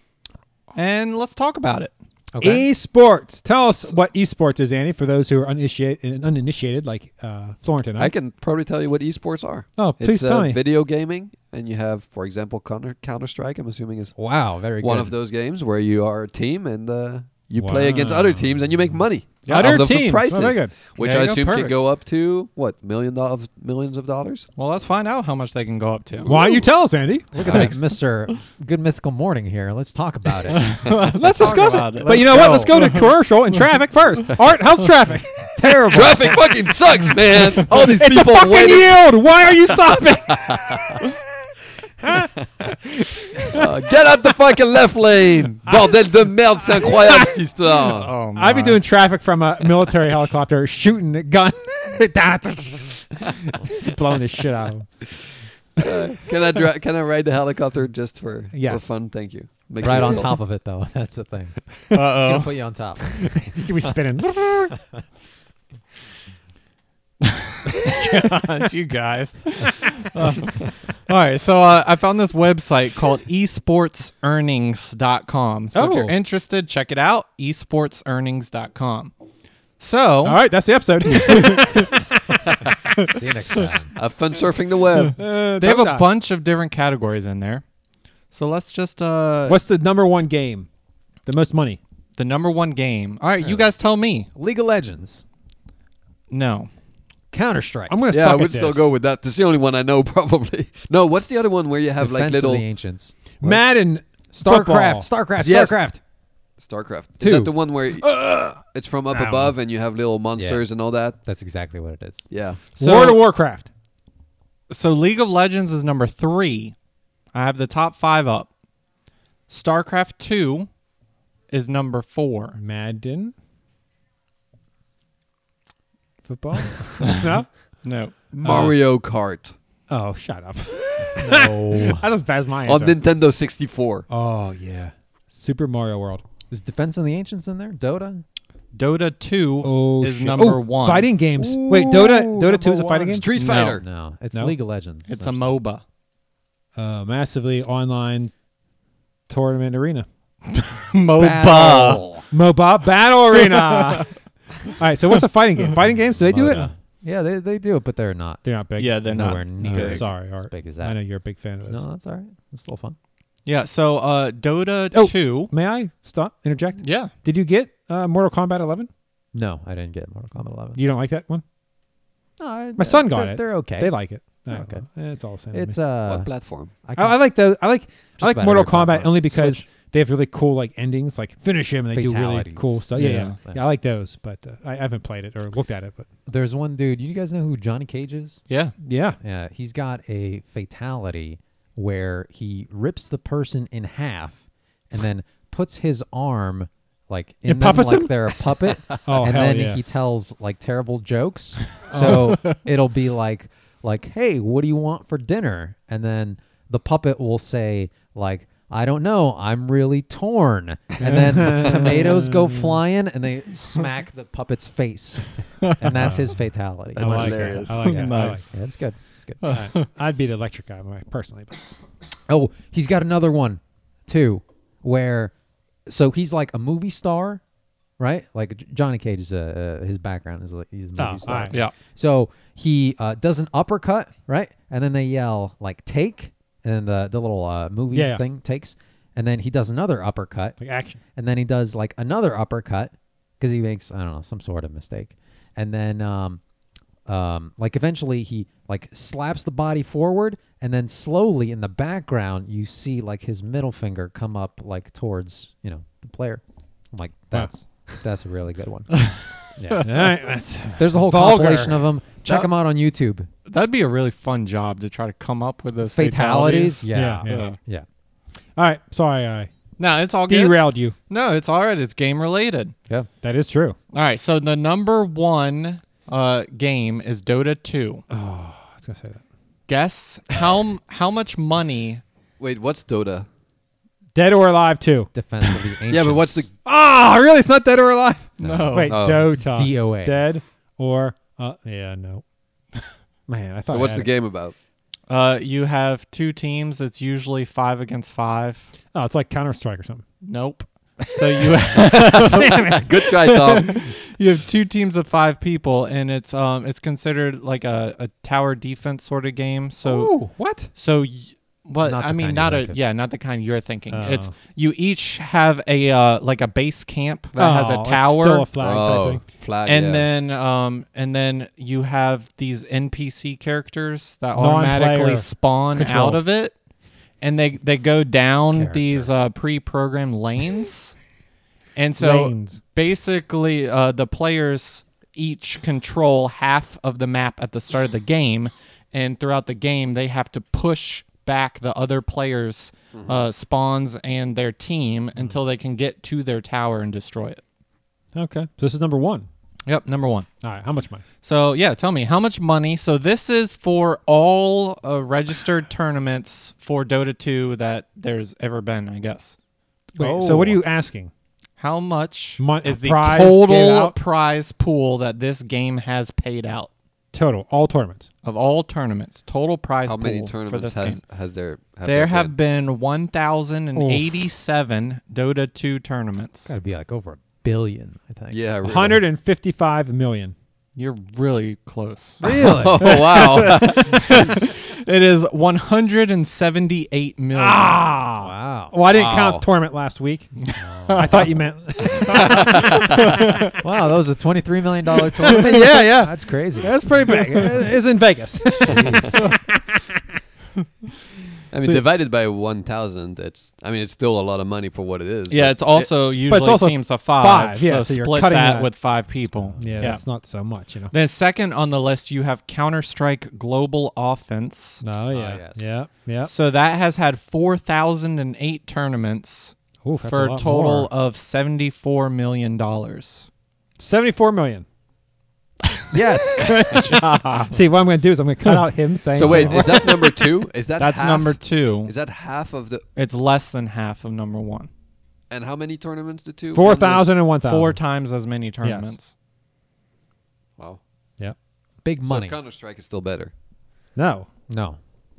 and let's talk about it.
Okay.
Esports. Tell us what esports is, Andy, for those who are uninitiated, uninitiated like uh, Florent and I.
I can probably tell you what esports are.
Oh, please
it's,
tell
uh,
me.
Video gaming, and you have, for example, Counter Counter Strike. I'm assuming is
wow, very
one
good.
of those games where you are a team and uh, you play against
Wow.
other teams and you make money.
Yeah,
out
other
of the
teams. Oh,
prices,
very good.
which
There
I
you go.
assume
Perfect.
could go up to what million do- of millions of dollars.
Well, let's find out how much they can go up to.
Why don't you tell us, Andy?
Look at that, Mr. Good Mythical Morning here. Let's talk about it.
Let's
talk
discuss
about
it.
it.
But you know
Let's
what? Let's go to commercial and traffic first. Art, how's traffic?
Terrible.
Traffic fucking sucks, man. All these
it's a
people
fucking
waiting.
yield. Why are you stopping?
Uh, get out the fucking left lane. Bordel de merde, c'est incroyable cette histoire.
Oh,
I'd be
my.
doing traffic from a military helicopter, shooting a gun, just blowing the shit out of them.
Can I dri- can I ride the helicopter just for,
Yes.
for fun? Thank you. Makes
Right
me
on
feel-
top of it, though. That's the thing. It's
Uh-oh.
gonna put you on top.
You could be spinning.
God, you guys. Uh, all right, so uh, I found this website called esportsearnings.com. So if
Oh.
you're interested, check it out, esportsearnings.com. So,
All right, that's the episode. Uh,
See you next time.
Have fun surfing the web.
they have a bunch of different categories in there. So let's just uh
What's the number one game? The most money.
the number one game. All
Uh.
right, you guys tell me.
League of Legends,
No.
Counter Strike,
I'm gonna
yeah, I
suck
would
at
still
this.
go with that. That's the only one I know, probably. No, what's the other one where you have
Defense
like little
of the Ancients,
Madden,
Starcraft,
Star-
Starcraft,
Yes.
Starcraft.
StarCraft?
Two.
Is that the one where it's from up
I don't
above and you have little monsters and all that?
That's exactly what it is.
Yeah.
So,
World of Warcraft.
So League of Legends is number three. I have the top five up. StarCraft two is number four.
Madden. Football. no.
No.
Mario Kart
Oh, shut up.
No,
I just passed my
on
answer.
Nintendo 64.
oh yeah, Super Mario World.
is Defense of the Ancients in there? Dota.
Dota two
Oh,
is
shit.
number
Oh,
one.
Fighting games. Wait, Dota. Dota Two is a
number
fighting
one.
game.
Street
No.
Fighter.
No, it's
No?
League of Legends.
It's a MOBA.
uh, massively online tournament arena.
MOBA.
MOBA Battle Arena. All right, so what's a fighting game? Fighting games? Do they do it?
Moda. Yeah, they, they do it, but they're not.
They're not big.
Yeah, they're
Nowhere
not.
near
No,
as-
sorry, Art.
as big as
I know
that.
you're a big fan of those.
No, that's all right. It's still fun.
Yeah. So uh, Dota
Oh.
two.
May I stop? Interject.
Yeah.
Did you get uh, Mortal Kombat 11?
No, I didn't get Mortal Kombat 11.
You don't like that one?
No, I-
My son got
Oh, they're-
it.
They're okay.
They like it. I don't
Okay.
know. Eh, It's all the same. to
It's
me.
uh.
what platform?
I
I, I
can-
like the I like I like
about
Mortal
every platform.
Kombat only because
Switch.
they have really cool like endings, like finish him, and they do really
Fatalities.
cool stuff. Yeah,
Yeah.
yeah, yeah. I like those, but uh, I, I haven't played it or looked at it. But
There's one dude. You guys know who Johnny Cage is?
Yeah.
yeah,
Yeah, he's got a fatality where he rips the person in half and then puts his arm like in
And
them
puppets
like
him?
they're a puppet.
Oh,
and
hell
then
yeah. Oh.
he tells like terrible jokes. So it'll be like like, "Hey, what do you want for dinner?" And then the puppet will say like I don't know. I'm really torn. And then tomatoes go flying and they smack the puppet's face. And that's his fatality.
I
That's
like
hilarious.
It. I like it. I like
Nice.
Yeah, it's good. It's good.
it. I- I'd be the electric guy my- personally. But
Oh, he's got another one too, where so he's like a movie star, right? Like J- Johnny Cage is a, uh, his background is like he's a movie
Oh, all
star.
right.
Yeah.
So he uh, does an uppercut, right? And then they yell like "take," and the the little uh, movie
Yeah, yeah.
thing takes, and then he does another uppercut,
like action.
and then he does like another uppercut because he makes I don't know some sort of mistake, and then um, um, like eventually he like slaps the body forward, and then slowly in the background you see like his middle finger come up like towards you know the player. I'm like that's that's a really good one.
All right, that's
There's a whole
Vulgar.
compilation of them. Check
That-
them out on YouTube.
That'd be a really fun job to try to come up with those
Fatalities,
fatalities.
yeah.
Yeah, yeah.
Yeah.
all right. Sorry, I
No, it's all good.
derailed you.
No, it's all right. It's game related.
Yeah.
That is true.
All right. So the number one uh, game is Dota 2.
I was gonna say that.
Guess how m- how much money?
Wait, what's Dota?
Dead or alive too.
Defense of the Ancients.
Yeah, but what's the
Ah, really? It's not dead or alive.
No.
Wait,
Oh, it's
Dota.
DOA.
Dead or uh, yeah, no. Man, I thought. I
what's
had
the
it.
game about?
Uh, you have two teams. It's usually five against five.
Oh, it's like Counter Strike or something.
Nope. So you have,
Good try, Tom.
you have two teams of five people, and it's um it's considered like a, a tower defense sort of game. So
what?
So, y- but
Not the
I mean,
kind you
not a
like it.
yeah, not the kind you're thinking. It's
Oh.
you each have a uh, like a base camp that
Oh,
has
it's
a tower,
still a flag type
oh,
thing.
flag.
and
yeah.
then um, and then you have these NPC characters that
Non-player
automatically spawn
control.
out of it, and they they go down
Character.
these uh, pre-programmed lanes, and so
Lanes.
basically uh, the players each control half of the map at the start of the game and throughout the game they have to push back the other players uh, spawns and their team until they can get to their tower and destroy it
Okay, so this is number one.
yep number one
All right, how much money?
so yeah tell me how much money so this is for all uh, registered tournaments for dota 2 that there's ever been i guess
Wait, so what are you asking?
how much
Mon-
is the
prize give
total
out?
prize pool that this game has paid out
Total, all tournaments.
of all tournaments, total prize
how
pool
many
for
tournaments
this
has
game.
has there have
There
there
have
been?
been 1,087 Dota 2 tournaments.
Got to be like over a billion, I think.
yeah really.
155 million.
You're really close.
Really?
Oh wow!
it is 178 million.
Ah!
wow.
Well, I didn't
Wow.
count tournament last week. I thought you meant.
Wow, that was a twenty-three million dollar tournament.
Yeah, yeah.
that's crazy.
That's pretty big. It- It's in Vegas.
I mean, divided by one thousand, it's. I mean, it's still a lot of money for what it is.
Yeah,
but
it's also usually
also
teams of five.
five, yeah,
so,
so you're
split
cutting
that,
that.
with five people.
yeah, that's not so much, you know.
Then second on the list, you have Counter Strike Global Offense.
Oh yeah,
yes.
yeah, yeah.
So that has had 4,008 tournaments
Ooh, that's
for a
lot
total uh,
more.
of 74 million dollars.
74 million.
yes.
See, what I'm going to do is I'm going to cut out him saying.
So wait,
something.
is that number two? Is that
That's
half?
number two.
Is that half of the?
It's less than half of number one.
And how many tournaments? The two.
four thousand and one thousand.
Four times as many tournaments.
Wow.
Yep.
Big money.
So Counter Strike is still better.
No.
no.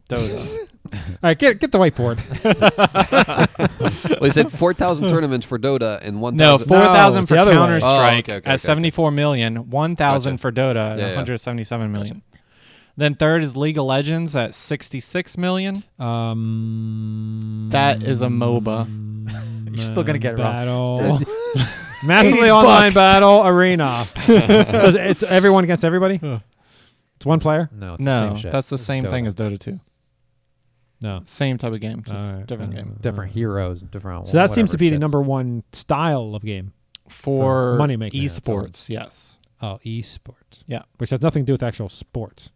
Dota.
All right, get get the whiteboard.
Well, you said four thousand tournaments for Dota and one.
no, four thousand
it's
for
the other way.
Counter Strike
Oh, okay, okay,
at
okay,
seventy four million. One thousand
Gotcha.
for Dota at
Yeah, yeah.
one hundred seventy seven million. Then third is League of Legends at sixty six million.
Um,
That is a MOBA. You're still gonna get it wrong.
battle. Massively online
bucks.
battle arena. so it's, it's everyone against everybody. It's one player.
No. It's the
No,
same shit.
that's the
It's
same
Dota.
thing as Dota two.
No.
Same type of game, just
Alright,
different
uh,
game.
different heroes, different.
So that seems to
whatever
be the
shits.
number one style of game.
For,
money making, that's all.
esports, yes.
Oh, esports.
Yeah.
Which has nothing to do with actual sports.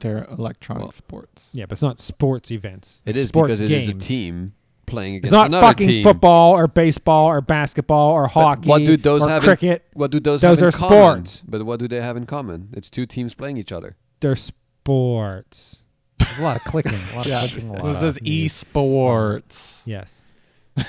They're electronic sports.
Yeah, but it's not sports events.
It
It's
is
sports
because it is a
games.
team playing
It's
against
not
another
fucking
team.
football or baseball or basketball or
But
hockey
what do those
or
have
cricket.
In, what do those,
Those
have in
are
common?
sports.
But what do they have in common? It's two teams playing each other.
They're sports.
There's a lot of clicking. A lot
Yeah.
of clicking. A lot
This
of
is esports.
Yes.
You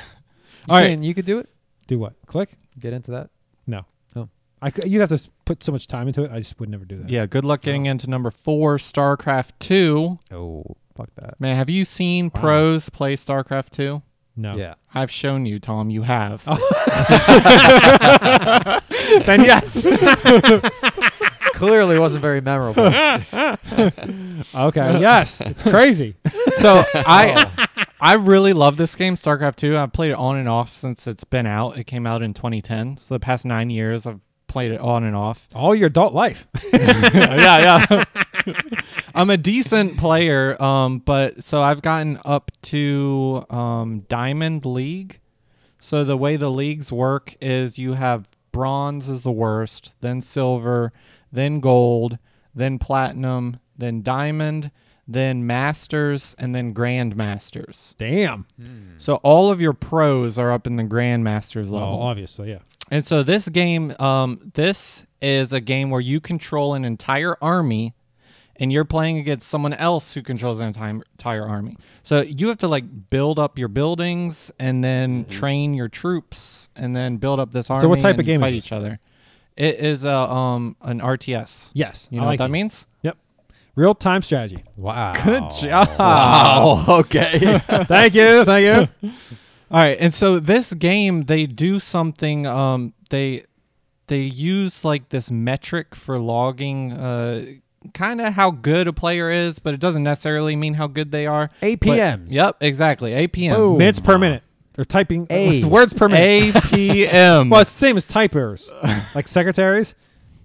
All right.
saying you could do it?
Do what? Click?
Get into that?
No.
Oh.
I c- you'd have to s- put so much time into it. I just would never do that.
Yeah, good luck getting into number four, StarCraft Two.
Oh, fuck that.
Man, have you seen pros play StarCraft Two?
No.
Yeah.
I've shown you, Tom. You have.
then yes.
Clearly wasn't very memorable.
okay. Yes. It's crazy.
So I, I really love this game, StarCraft Two. I've played it on and off since it's been out. It came out in 2010. So the past nine years, I've played it on and off.
All your adult life.
yeah, yeah. I'm a decent player, um, but so I've gotten up to um, Diamond League. So the way the leagues work is you have bronze is the worst, then silver, then gold, then platinum, then diamond, then masters, and then grandmasters.
Damn.
So all of your pros are up in the grandmasters
Well,
level.
Oh, obviously, yeah.
And so this game, um, this is a game where you control an entire army, and you're playing against someone else who controls an entire entire army. So you have to like build up your buildings and then train your troops and then build up this army.
Mm-hmm. what type of
and
game is
Fight
this?
each other. It is a um an RTS.
Yes.
You
I
know
like
what that
these.
means?
Yep. Real time strategy.
Wow.
Oh, okay.
Thank you. Thank you.
All right, and so this game they do something. Um, they they use like this metric for logging, uh, kind of how good a player is, but it doesn't necessarily mean how good they are.
APMs.
But- yep, exactly. APM.
Boom.
Minutes per minute. They're typing
A.
words per minute.
APM.
Well, it's the same as typers, like secretaries.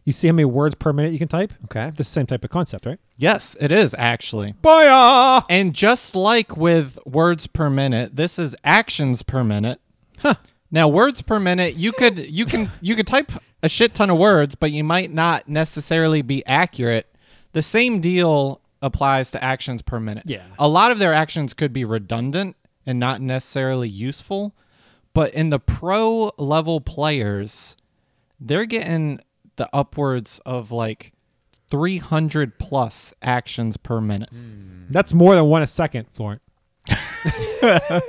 You see how many words per minute you can type?
Okay.
This is the same type of concept, right?
yes, it is actually.
Booyah!
And just like with words per minute, this is actions per minute. Huh. Now words per minute, you could you can you could type a shit ton of words, but you might not necessarily be accurate. The same deal applies to actions per minute.
Yeah.
A lot of their actions could be redundant and not necessarily useful, but in the pro level players, they're getting the upwards of like 300 plus actions per minute.
That's more than one a second, Florent. I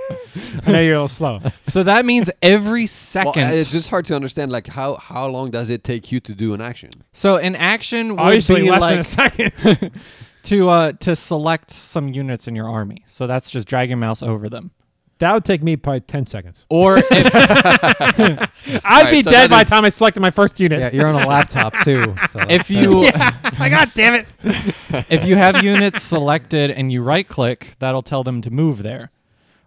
know you're a little slow.
So that means every
well,
second.
it's just hard to understand. Like how how long does it take you to do an action?
so an action would
Obviously,
be
less than a
like
second.
to uh, to select some units in your army. So that's just drag your mouse over them.
that would take me probably 10 seconds.
Or if,
I'd
right,
be
so
dead
that
by the
is-
time I selected my first unit.
Yeah, you're on a laptop too. So
if you
like, God damn it.
if you have units selected and you right click, that'll tell them to move there.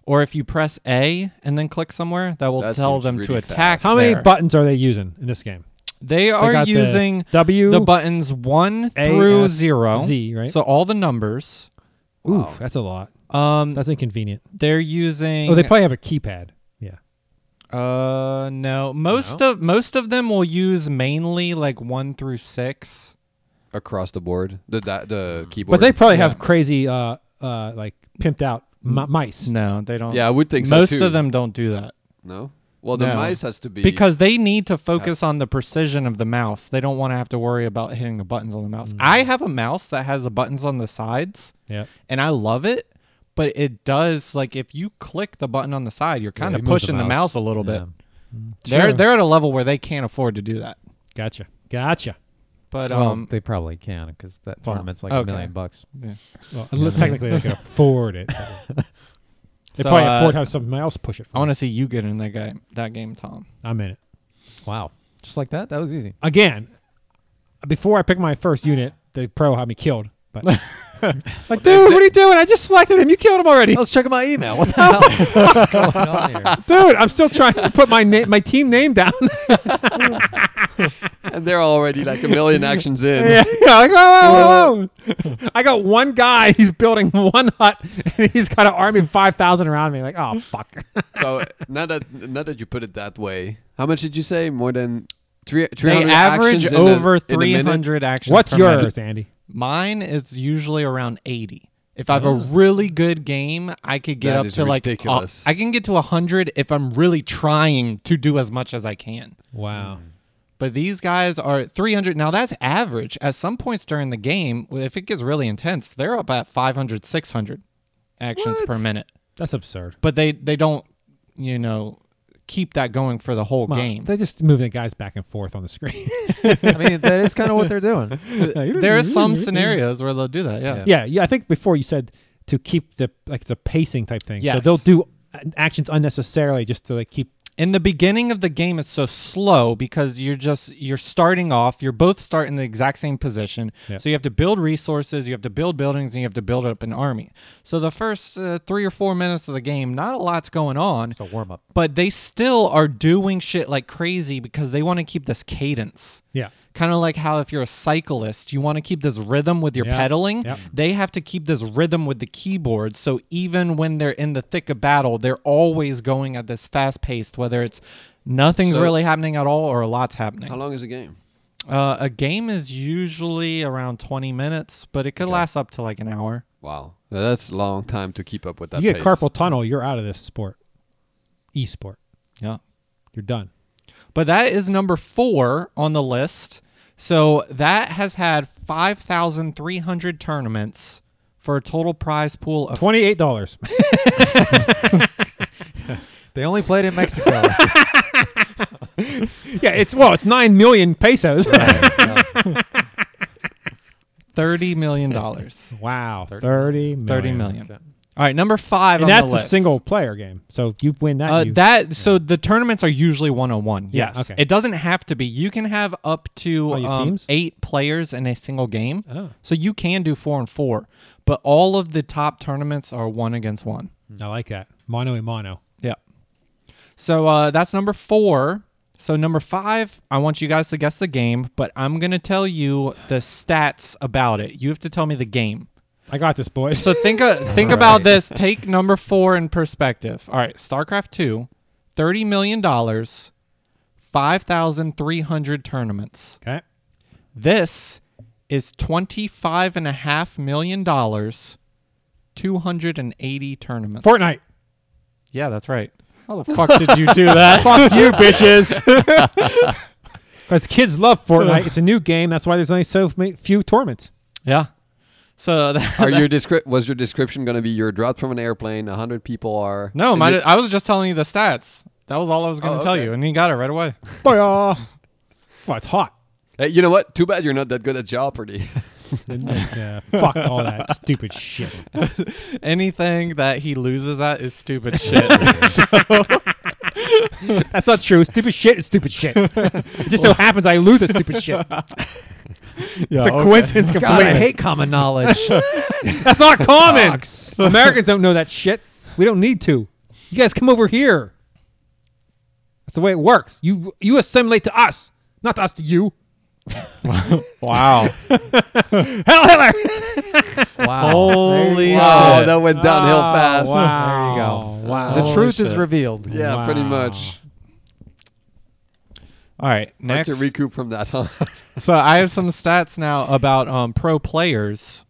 Or if you press A and then click somewhere, that will
That
tell
seems
them to
really
attack.
fast.
How many
there.
buttons are they using in this game?
They
They
are
got the
using
W.
the buttons one
A,
through
S,
zero.
Z, right?
So all the numbers.
Oof, that's a lot.
Um,
That's inconvenient.
they're using.
Oh, they probably have a keypad. Yeah.
Uh no. Most of most of them will use mainly like one through six.
Across the board, the the, the
But
keyboard.
they probably
yeah.
have crazy, uh, uh, like pimped out m- mice.
No, they don't.
yeah, I would think so
most
too.
of them don't do that
No. Well, the
No.
mice has to be
because they need to focus on the precision of the mouse. They don't want to have to worry about hitting the buttons on the mouse.
Mm.
I have a mouse that has the buttons on the sides,
Yeah.
and I love it. But it does like if you click the button on the side, you're kind
you
of
move the
pushing the mouse.
mouse.
a little bit.
Sure.
They're they're at a level where they can't afford to do that.
Gotcha. Gotcha.
But
well,
um,
they probably can because that
well,
tournament's like
okay.
a million bucks.
Well, unless technically they can afford it. they
So,
probably
uh,
afford to have somebody else push it for
I want to see you get in that game that game, Tom.
them. I'm in it.
Wow, just like that. That was easy.
Again, before I picked my first unit, the pro had me killed. But like, dude, what are you doing? I just selected him. You killed him
Oh.
already.
Let's check my email. What the hell? What's going on here?
Dude, I'm still trying to put my name, my team name down.
and they're already like a million actions in.
Yeah, yeah, like, oh, oh, oh, oh. I got one guy. He's building one hut, and he's got an army of five thousand around me. Like, oh fuck.
So now that now that you put it that way, how much did you say? More than three.
They
300
average
actions in a-
over
in a minute?
300 actions.
What's
per
yours,
minute.
Andy?
Mine is usually around 80. If I have a really good game, I could get
That
up
is
to like uh,
ridiculous.
I can get to 100 if I'm really trying to do as much as I can.
Wow.
Hmm. But these guys are at 300. Now that's average. At some points during the game, if it gets really intense, they're up at 500, 600 actions per minute.
That's absurd.
But they they don't, you know, keep that going for the whole
Well,
game.
They're just moving the guys back and forth on the screen.
I mean, that is kind of what they're doing.
There are some scenarios where they'll do that. Yeah.
yeah, yeah. I think before you said to keep the like the pacing type thing. So
Yes.
they'll do uh, actions unnecessarily just to like keep.
In the beginning of the game, it's so slow because you're just you're starting off. You're both start in the exact same position,
Yeah.
so you have to build resources, you have to build buildings, and you have to build up an army. So the first uh, three or four minutes of the game, not a lot's going on.
It's a warm up.
but they still are doing shit like crazy because they want to keep this cadence.
Yeah.
Kind of like how if you're a cyclist, you want to keep this rhythm with your
Yeah,
pedaling.
yeah.
They have to keep this rhythm with the keyboard. So even when they're in the thick of battle, they're always going at this fast paced, whether it's nothing's
So-
really happening at all or a lot's happening.
How long is a game?
Uh, a game is usually around 20 minutes, but it could last up to like an hour.
Wow, Now that's a long time to keep up with that.
you get
pace.
carpal tunnel, you're out of this sport. E-sport,
Yeah.
you're done.
But that is number four on the list. So that has had 5,300 tournaments for a total prize pool of.
Twenty-eight dollars.
They only played in Mexico.
yeah, it's well, it's nine million pesos.
$30 million. $30
wow, thirty million.
million. All right, number five
And
on
that's
the
a
list.
single player game. So if you win that,
Uh,
you,
that so the tournaments are usually one on one.
Yeah,
Yes,
okay.
it doesn't have to be. You can have up to
Oh, your
um,
teams?
eight players in a single game,
Oh.
so you can do four and four. But all of the top tournaments are one against one.
I like that. oh, Mono and mono.
Yeah. So uh, that's number four. So number five, I want you guys to guess the game, but I'm gonna tell you the stats about it. You have to tell me the game.
I got this, boys.
So think uh, think about this. Take number four in perspective. All right, StarCraft two, thirty million dollars, five thousand three hundred tournaments.
okay.
This is twenty five and a half million dollars, two hundred and eighty tournaments.
Fortnite.
Yeah, that's right. How the fuck did you do that?
Fuck you, bitches. Because kids love Fortnite. It's a new game. That's why there's only so ma- few tournaments.
Yeah. So that,
Are your descri- was your description going to be you're dropped from an airplane? hundred people are.
no,
and
my,
you-
I was just telling you the stats. That was all I was going to
Oh,
tell
okay.
you, and you got it right away.
well, it's hot.
Hey, you know what? Too bad you're not that good at Jeopardy.
yeah, fuck all that stupid shit.
Anything that he loses at is stupid shit.
That's not true. Stupid shit is stupid shit. It just so happens I lose at stupid shit. it's a coincidence
God, I
completely.
hate common knowledge.
That's not common.
Sucks.
Americans don't know that shit. We don't need to. You guys come over here. That's the way it works. You you assimilate to us, not us to you.
wow.
Hell, Hitler.
Wow.
Holy
wow,
shit.
that went downhill fast.
Wow.
There you go.
Wow.
The
Holy
truth is
shit.
revealed.
Yeah, pretty
Wow.
much.
All right.
Hard
Next.
to recoup from that, huh?
so I have some stats now about um, pro players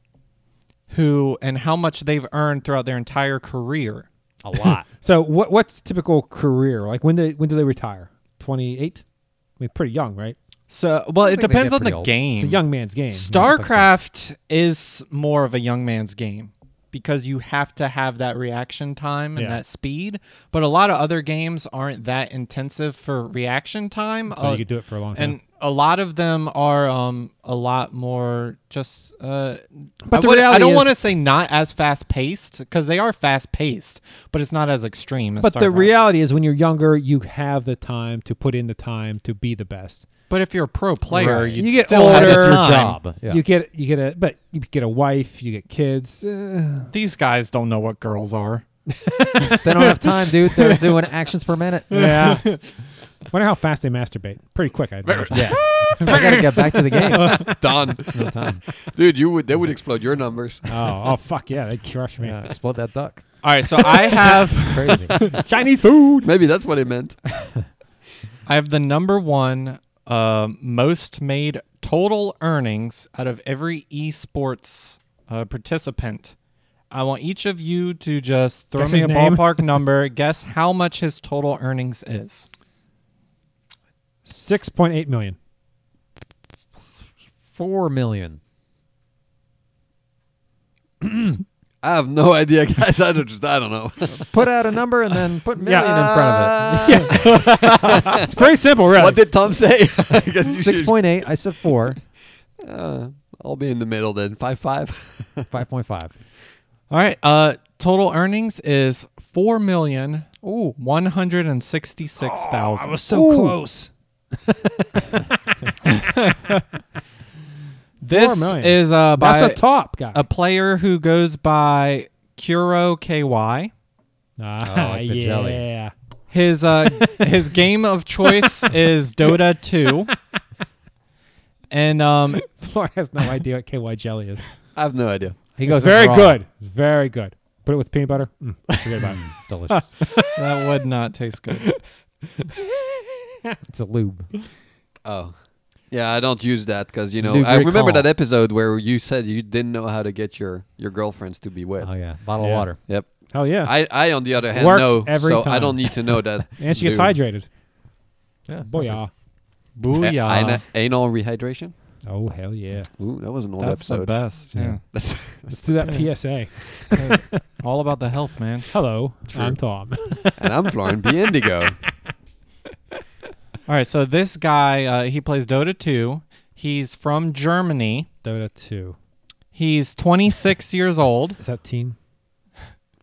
who and how much they've earned throughout their entire career.
A lot.
So what what's typical career? Like when do when do they retire? 28? I mean pretty young, right?
So, well, it
think they
depends
get
on the
pretty old.
game.
It's a young man's game.
StarCraft is more of a young man's game because you have to have that reaction time and
Yeah.
that speed. But a lot of other games aren't that intensive for reaction time. Uh,
So you could do it for a long time.
And a lot of them are um, a lot more just. Uh,
But
I,
the
would- I
reality
don't
is-
want to say not as fast paced because they are fast paced, but it's not as extreme. As
but the
StarCraft.
reality is when you're younger, you have the time to put in the time to be the best.
But if you're a pro player,
Right.
you'd
You get
still have
older.
this
That's your
time.
job. Yeah.
You get you get a but you get a wife, you get kids. Uh,
These guys don't know what girls are.
they don't have time, dude. They're doing actions per minute.
yeah. Wonder how fast they masturbate. Pretty quick, I imagine.
Yeah. I gotta get back to the game.
Done,
No time.
dude. You would they would explode your numbers.
Oh, oh, fuck yeah, they crush me.
Yeah, explode that duck.
All right, so I have
Crazy.
Chinese food.
Maybe that's what it meant.
I have the number one uh, most made total earnings out of every esports uh, participant. I want each of you to just throw
Guess
me
his
a
name.
ballpark number. Guess how much his total earnings is.
Six point eight million.
Four million.
I have no idea, guys. I don't just I don't know.
Put out a number and then put million in front of
Uh,
It's pretty simple, really.
What did Tom say? I guess you
it. Six
should-
point eight. I said four.
Uh, I'll be in the middle then. Five five.
Five point five.
All right, uh, total earnings is four million one hundred and sixty-six
Oh,
thousand.
so close.
this
million.
is uh, by
That's the top guy.
a player who goes by Kuro KY.
Ah,
Oh, like the
yeah.
jelly.
His uh his game of choice is Dota 2. And um
Florida has no idea what KY jelly is.
I have no idea.
He
It's
goes
very
raw.
good. It's very good. Put it with peanut butter. Mm, forget about it.
Delicious.
that would not taste good.
it's a lube.
Oh. Yeah, I don't use that because you know
Do
I
great
remember
call.
that episode where you said you didn't know how to get your your girlfriends to be wet.
Oh yeah. Bottle
Yeah.
of water.
Yep.
Hell yeah.
I, I on the other hand
Works
know,
every
so I
time.
don't need to know that.
and she gets
lube.
hydrated.
Yeah.
Booyah.
A-
Booyah.
ana- anal rehydration.
Oh, hell yeah.
Ooh, that was an old
That's the
episode.
best. Yeah.
That's
Let's do that PSA.
All about the health, man.
Hello,
True.
I'm Tom.
and I'm Florin B. Indigo.
All right, so this guy uh, he plays Dota 2. He's from Germany.
Dota 2.
He's 26 years old.
Is that teen?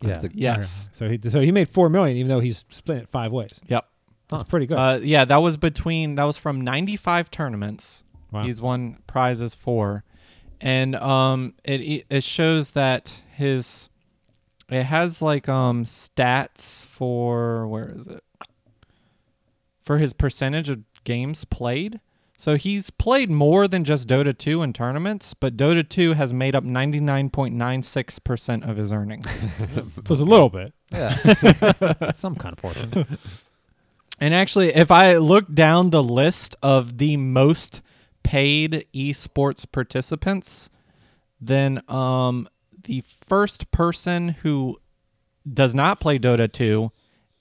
Yeah.
The-
Yes.
So he so he made 4 million even though he's split it 5 ways.
Yep.
That's pretty good.
Uh, yeah, that was between that was from 95 tournaments.
Wow.
He's won prizes for, and um, it it shows that his it has like um stats for where is it for his percentage of games played. So he's played more than just Dota 2 in tournaments, but Dota 2 has made up 99.96% of his earnings.
so it's a little bit.
Some kind of portion.
And actually, if I look down the list of the most paid esports participants, then um, the first person who does not play Dota 2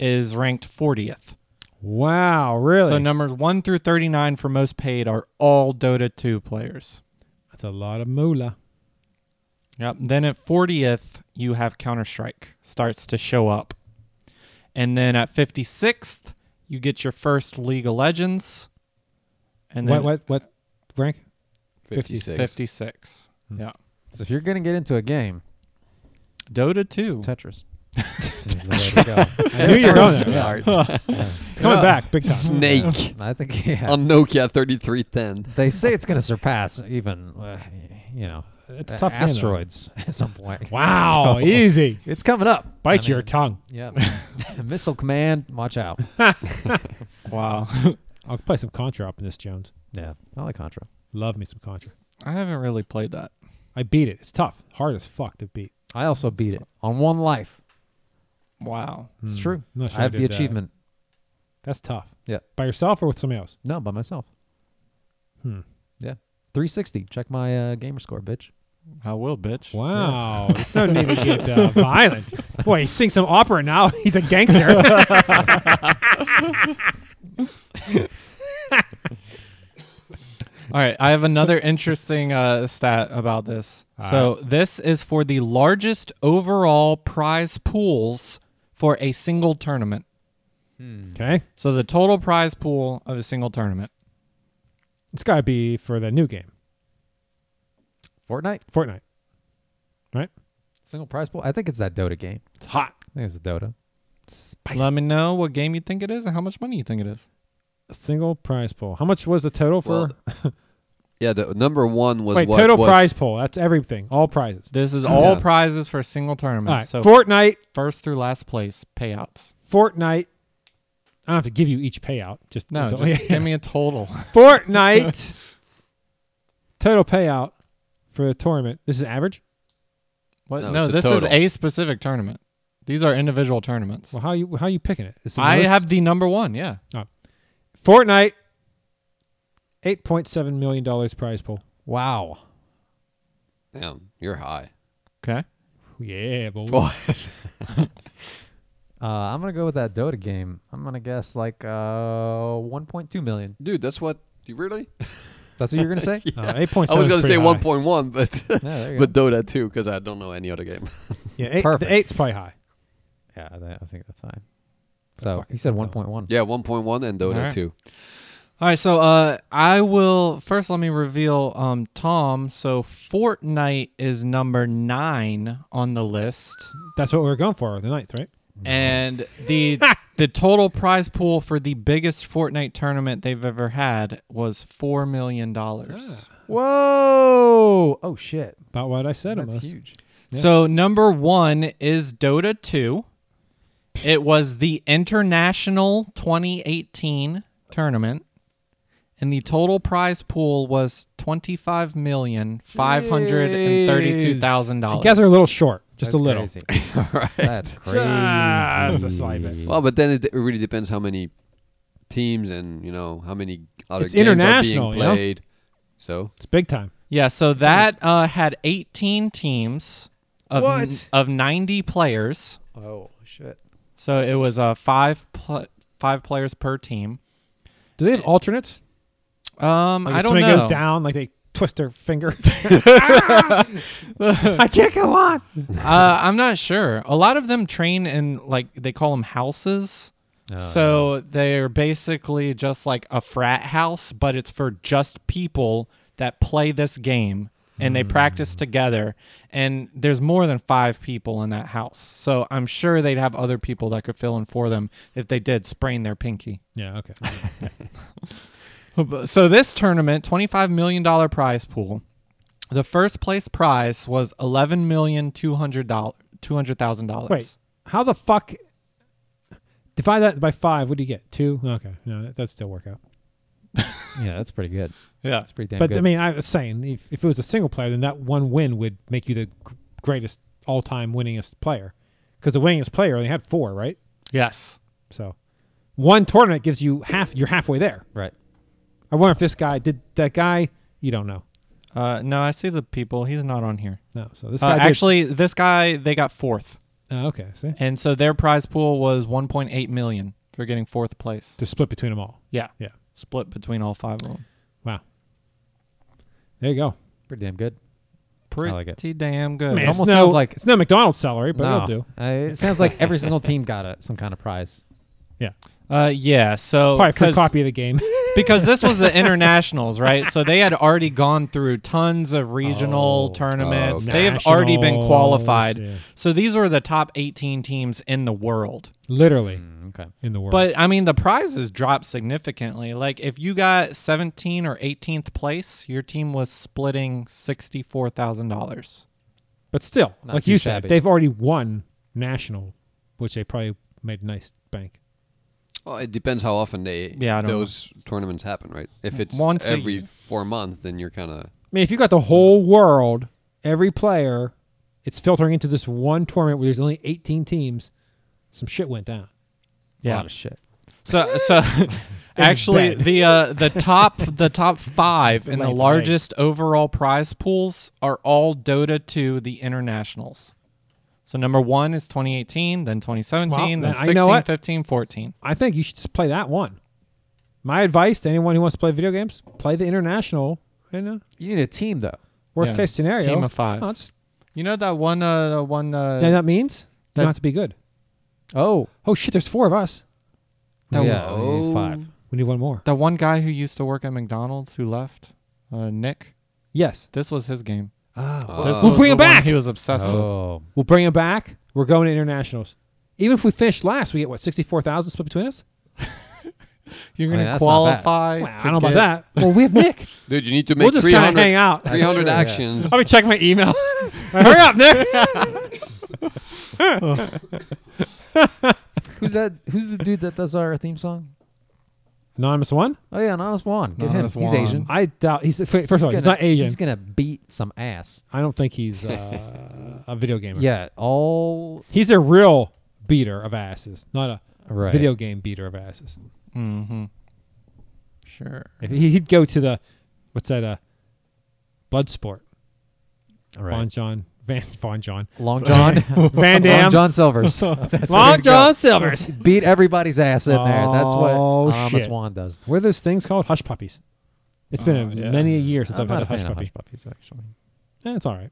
is ranked 40th.
Wow, really?
So numbers 1 through 39 for most paid are all Dota 2 players.
That's a lot of moolah.
Yep. Then at 40th, you have Counter Strike starts to show up. And then at 56th, you get your first League of Legends. And
What
then
what what rank?
56.
56. Yeah.
so if you're gonna get into a game,
Dota 2.
Tetris. is the way to
I knew you were going there.
All
Yeah.
right.
It's coming back big time.
Snake
go. I think yeah.
on Nokia 3310.
they say it's going to surpass even, uh, you know,
It's
a-
a tough game, though.
asteroids at some point.
Wow,
So,
easy.
it's coming up.
Bite
I
your
mean,
tongue.
Yeah, missile command. Watch out.
Wow.
I'll play some Contra up in this Jones.
Yeah, I like Contra.
Love me some Contra.
I haven't really played that.
I beat it. It's tough. Hard as fuck to beat.
I also beat it on one life.
Wow.
It's true.
I'm Hmm. not sure
I
I
have the
did that.
achievement.
That's tough.
Yeah.
By yourself or with somebody else?
No, by myself.
Hmm.
Yeah, 360. Check my uh, gamer score, bitch.
I will, bitch.
Wow. There's no need to get uh, violent. Boy, he sings some opera now. He's a gangster.
All right. I have another interesting uh, stat about this. so, this is for the largest overall prize pools for a single tournament.
okay.
So, the total prize pool of a single tournament.
It's got to be for the new game,
Fortnite
Fortnite.
single prize pool. I think it's that Dota game.
It's hot.
I think it's a Dota.
Let me know what game you think it is and how much money you think it is.
A single prize pool. How much was the total for?
Well, Yeah, the number one was
Wait,
what
total
was
prize pool. That's everything. All prizes.
This is all
Yeah.
prizes for a single tournament.
All right.
So
Fortnite.
first through last place payouts.
Fortnite I don't have to give you each payout. Just
No,
don't-
just give me a total.
Fortnite total payout for the tournament. This is average.
What?
No,
No,
it's a
this
total.
is a specific tournament. These are individual tournaments.
Well, how you how you picking it? Is the
I
most-
have the number one. Yeah.
Fortnite. Eight point seven million dollars prize pool.
Wow.
Damn, you're high.
Okay.
Yeah, boy.
Oh,
Uh, I'm gonna go with that Dota game. I'm gonna guess like uh, 1.2 million.
Dude, that's what you really?
That's what you're gonna say?
Uh, eight point
I
seven.
was gonna
is
say
pretty high.
1.1, but
Yeah, there you
but Dota too, because I don't know any other game.
Yeah, eight,
Perfect.
the eight's probably high.
Yeah, that, I think that's fine. So
fuck
he
it,
said
no.
1.1.
yeah, 1.1 and Dota
Alright.
too.
All right. So uh, I will first let me reveal um, Tom. So Fortnite is number nine on the list.
That's what we were going for the ninth, right?
and the the total prize pool for the biggest Fortnite tournament they've ever had was four million dollars.
Whoa! Oh shit!
About what I said
That's
almost.
huge.
So number one is Dota two. It was the international 2018 tournament, and the total prize pool was twenty five million five hundred and thirty two thousand
I
dollars.
guess they're a little short, just
That's
a little.
Crazy. That's crazy.
Just a slight bit.
Well, but then it, it really depends how many teams and you know how many other
It's
games
international,
are
you
being
know?
played. So
It's big time.
Yeah, so that uh, had 18 teams of,
What?
of 90 players.
Oh shit!
So it was uh, five pl- five players per team.
Do they have alternates?
Um,
Like
I
if
don't
somebody
know.
goes down, like they twist their finger. Ah! I can't go on.
Uh, I'm not sure. A lot of them train in like they call them houses. so they're basically just like a frat house, but it's for just people that play this game and they practice together. And there's more than five people in that house, so I'm sure they'd have other people that could fill in for them if they did sprain their pinky.
Yeah, okay.
But- So this tournament, twenty-five million dollar prize pool. The first place prize was eleven million two hundred dollars, two hundred thousand dollars.
Wait, how the fuck? Divide that by five. What do you get? Two. Okay, no, that, that'd still work out.
Yeah, that's pretty good.
yeah,
That's pretty damn
but
good.
I mean, I was saying, if, if it was a single player, then that one win would make you the gr- greatest all-time winningest player, because the winningest player only had four, right?
yes.
So, one tournament gives you half. You're halfway there.
right?
I wonder if this guy did that guy. You don't know.
Uh, no, I see the people. He's not on here.
No. So this guy
Uh,
did-
actually, this guy they got fourth,
Oh, okay. See,
and so their prize pool was one point eight million for getting fourth place.
to split between them all.
Yeah,
Yeah.
split between all five of them.
Wow. There you go.
Pretty damn good.
Pretty
like it.
damn good.
Man,
almost
it's no,
sounds like-
it's no McDonald's salary, but
no,
it'll do.
Uh, it sounds like every single team got a, some kind of prize.
Yeah.
Uh, yeah. So
Probably free
'cause-
copy of the game.
because this was the internationals, right? So they had already gone through tons of regional
Oh,
tournaments.
okay.
They have already been
Nationals,
qualified.
yeah.
So these were the top 18 teams in the world.
Literally
Mm, Okay.
in the world.
But I mean, the prizes dropped significantly. Like if you got 17 or 18th place, your team was splitting $64,000.
but still,
Not
like
too
you
shabby.
said, they've already won national, which they probably made nice bank.
well, it depends how often they
Yeah, I don't know.
those tournaments happen, right? If it's
Once a
every
year.
four months, then you're kind of
I mean, if you got the whole world, every player, it's filtering into this one tournament where there's only 18 teams. Some shit went down.
A
Yeah.
lot of shit.
So so actually the uh the top the top 5 and the
Late, late.
largest overall prize pools are all Dota 2 the internationals. So number 1 is 2018, then 2017,
Well,
then,
then
16,
I know what.
15, 14.
I think you should just play that one. My advice to anyone who wants to play video games: play the international. You know,
You need a team though.
worst
Yeah,
case
it's
scenario,
team of five.
Oh, just-
You know that one uh the one uh
then that means you
that-
don't have to be good.
Oh,
Oh shit! There's four of us.
That
yeah,
one-
we need five.
We need one more.
that one guy who used to work at McDonald's who left, uh Nick.
Yes.
This was his game.
Oh.
This
We'll
was
bring
the one
him back!
He was obsessed with.
Oh,
We'll bring him back. We're going to internationals. Even if we finish last, we get what sixty-four thousand split between us.
You're
I mean,
going to
that's not bad.
qualify.
Well, I
to
don't know
get-
about that. Well, we have Nick.
dude. You need to
we'll
make
just
three
kind of hang
hundred
out.
three hundred
That's true, yeah.
actions.
I'll be checking my email. Hurry up, Nick.
Who's that? Who's the dude that does our theme song?
Anonymous one?
Oh yeah, Anonymous Juan. Get
Anonymous
him. He's
Juan.
Asian.
I doubt he's first of all, he's
gonna-
not Asian.
He's gonna beat some ass.
I don't think he's uh, a video gamer.
Yeah, all
He's a real beater of asses, not a
Right.
video game beater of asses.
Mm-hmm. Sure.
If he- he'd go to the what's that uh Bloodsport.
all
Von
right.
John Van Von John.
Long John, Long
Van Dam.
John Silver's. That's where
Long
you go.
John Silvers.
Beat everybody's ass in there. That's what
Oh,
Anonymous
shit.
Juan does.
What are those things called? Hush puppies. It's been
Oh,
a,
yeah.
many a year since
I'm
have
not
had
a
a hush
fan of
puppy.
hush puppies actually.
Eh, it's all right.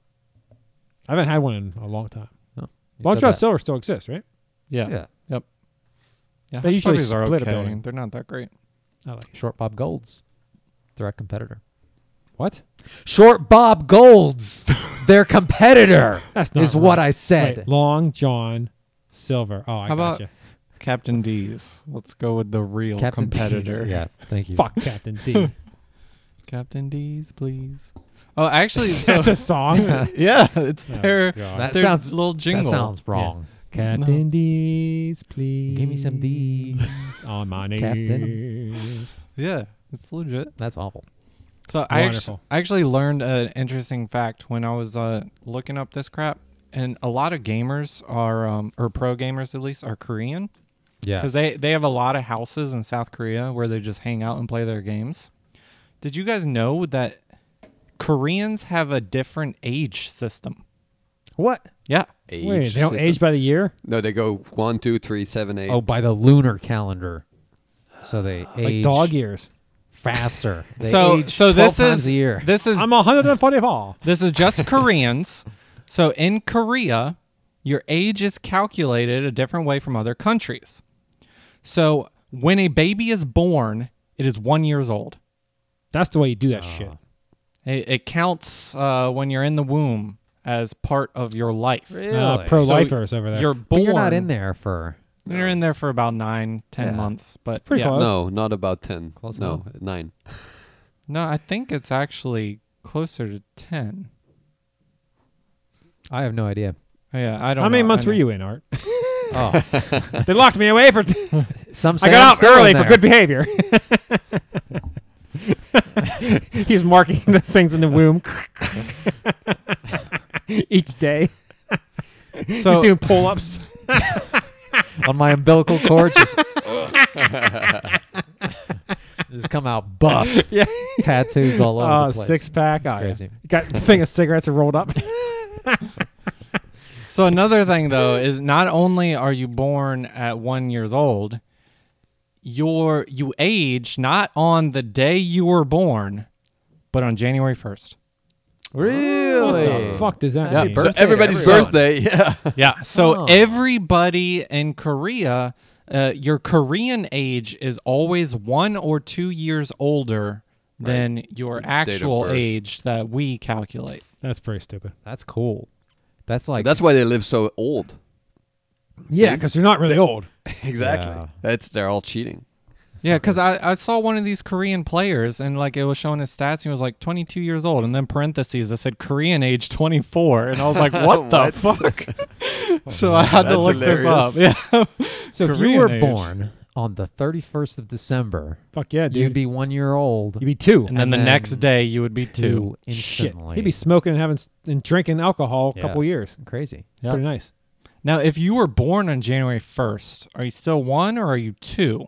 I haven't had one in a long time.
You
Long
said
John
that.
Silver still exists, right?
Yeah.
Yeah.
Yep. Yeah,
They
hush
usually
puppies are
split a
okay.
building.
They're not that great.
I like it.
Short Bob Golds, direct competitor.
What?
Short Bob Golds, their competitor
That's not
is what
right.
I said.
Wait, Long John Silver. Oh, I
How about-
gotcha.
Captain D's. Let's go with the real
Captain D's.
competitor.
Yeah, thank you.
Fuck Captain D.
Captain D's, please. Oh, actually, so,
That's a song.
yeah, it's
Oh,
their,
God.
That
their
sounds-
little
that
jingle.
sounds wrong.
Captain D's, please.
Give me some D's.
On my knees.
Captain.
Yeah, it's legit.
That's awful.
So I actually,
Wonderful.
I actually learned an interesting fact when I was uh, looking up this crap, and a lot of gamers are, um, or pro gamers at least, are Korean
Yeah,
because they they have a lot of houses in South Korea where they just hang out and play their games. Did you guys know that Koreans have a different age system?
what?
Yeah,
Age
Wait, they don't
system.
age by the year?
No, they go one, two, three, seven, eight.
Oh, by the lunar calendar, so they
Like
age
dog years.
faster. They
so
age
so
12
this
times
is
a year.
this is
I'm 144.
This is just Koreans. So in Korea, your age is calculated a different way from other countries. So when a baby is born, it is one years old.
That's the way you do that shit. Uh,
It, it counts uh, when you're in the womb as part of your life.
Uh,
Really?
Pro
So
lifers over there.
You're
but
born.
you're not in there for
You're in there for about nine, ten
Yeah.
months. But
Pretty
yeah.
close.
no, not about ten.
Close
no, nine.
No, I think it's actually closer to ten.
I have no idea.
Yeah, I don't.
How many
know.
months
I
were
know.
you in, Art?
Oh,
they locked me away for.
some say
I
I'm
got out
still
early
in
for
there.
good behavior. He's marking the things in the womb each day. He's
So
doing pull-ups.
on my umbilical cord. Just, just come out buff.
Yeah.
Tattoos all over
Oh,
the place.
six pack. Oh, yeah.
crazy.
Got a thing of cigarettes rolled up.
So another thing though is not only are you born at 1 years old, your you age not on the day you were born, but on January 1st.
Really?
What the fuck does that
Yeah,
mean?
birth-
So
Birthday,
everybody's
everyone.
birthday. Yeah.
Yeah. So
Oh.
everybody in Korea, uh, your Korean age is always 1 or 2 years older than your actual
birth.
age that we calculate.
That's pretty stupid.
That's cool. That's like
That's why they live so old.
Yeah, because they're not really old.
Exactly.
Yeah.
That's they're all cheating.
Yeah, because I, I saw one of these Korean players and like it was showing his stats. And he was like 22 years old, and then parentheses it said Korean age 24, and I was like, what the fuck? so I had to
That's
look this up. Yeah.
so. If you
Korean
were
age.
born on the 31st of December,
Fuck yeah, dude.
you'd be one year old.
You'd be two.
And then the
then
next day you would be two.
two
Shit.
instantly.
He'd be smoking and having s- and drinking alcohol a
Yeah.
couple years.
crazy.
Yeah.
Pretty nice.
Now, if you were born on January 1st, are you still one or are you two?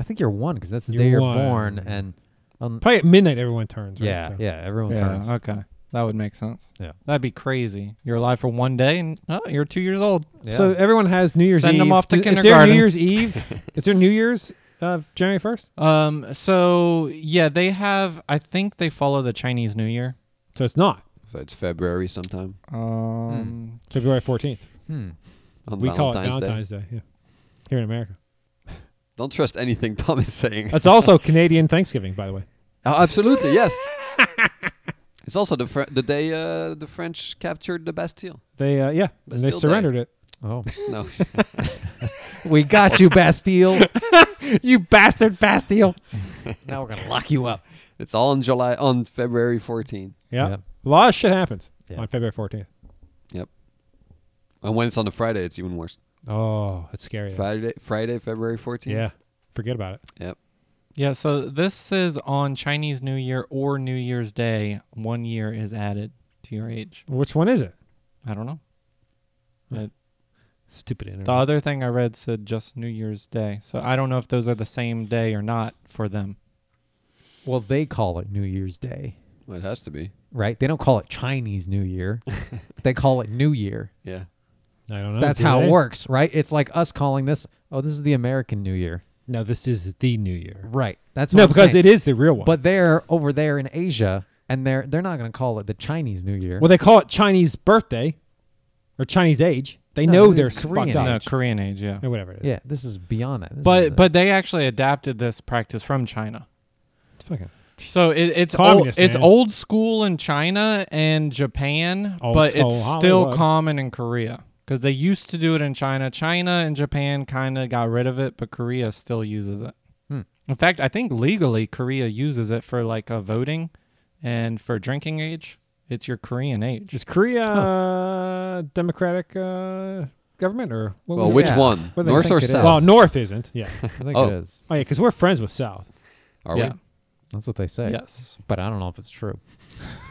I think you're one because that's the
You're
day you're
one.
born, and um,
Probably at midnight, everyone turns. Right?
yeah,
So-
yeah, everyone turns.
Okay. That would make sense.
Yeah.
That'd be crazy. You're alive for one day and oh, you're two years old.
Yeah.
So everyone has New Year's
Send
Eve.
'em off to
Is- Is there
kindergarten.
New Year's Eve? is there New Year's uh, January first?
Um. So yeah, they have. I think they follow the Chinese New Year.
So it's not
So it's February sometime
Um.
February fourteenth.
hmm.
on
We call it
Valentine's Day.
Valentine's Day. yeah. Here in America.
Don't trust anything Tom is saying.
That's also Canadian Thanksgiving, by the way.
Oh, absolutely, yes. it's also the Fr- the day uh, the French captured the Bastille.
They uh, yeah,
But
and they
still
surrendered
Oh,
No,
we got you, Bastille.
it. you bastard Bastille.
now we're gonna lock you up.
it's all on July on February 14.
Yeah.
Yep.
A lot of shit happens
Yeah.
on February fourteenth.
And when it's on a Friday, it's even worse.
Oh, that's scary.
Friday, Friday, February 14th.
Yeah. Forget about it.
Yep.
Yeah, so this is on Chinese New Year or New Year's Day. One year is added to your age.
Which one is it?
I don't know. Hmm.
Stupid internet.
The other thing I read said just New Year's Day. So I don't know if those are the same day or not for them.
Well, they call it New Year's Day,
Well, it has to be.
right? They don't call it Chinese New Year. they call it New Year.
Yeah.
I don't know.
That's
Oh, do
how
they?
it works, right? It's like us calling this, oh, this is the American New Year.
No, this is the New Year.
Right. That's what
No,
I'm
because
saying.
it is the real one.
But they're over there in Asia, and they're they're not going to call it the Chinese New Year.
well, they call it Chinese birthday or Chinese age. They
No,
know
they're
they're
Korean
fucked up.
No, Korean age, yeah.
Or whatever it is.
yeah, this is beyond that. This is
But
a-
but they actually adapted this practice from China.
It's fucking
So it, it's old,
Communist,
it's
man.
old school in China and Japan,
Old
but it's
school
still
Hollywood.
common in Korea because they used to do it in China. China and Japan kind of got rid of it, but Korea still uses it.
Hmm.
In fact, I think legally Korea uses it for like a voting and for drinking age. It's your Korean age.
Is Korea uh, democratic uh, government or what
Well,
was it?
which
Yeah.
one?
What do they
North
think
or
it is?
South?
Well, North isn't. Yeah.
I think
Oh.
it is.
Oh yeah, because we're friends with South.
Are
yeah.
we?
That's what they say.
Yes.
But I don't know if it's true.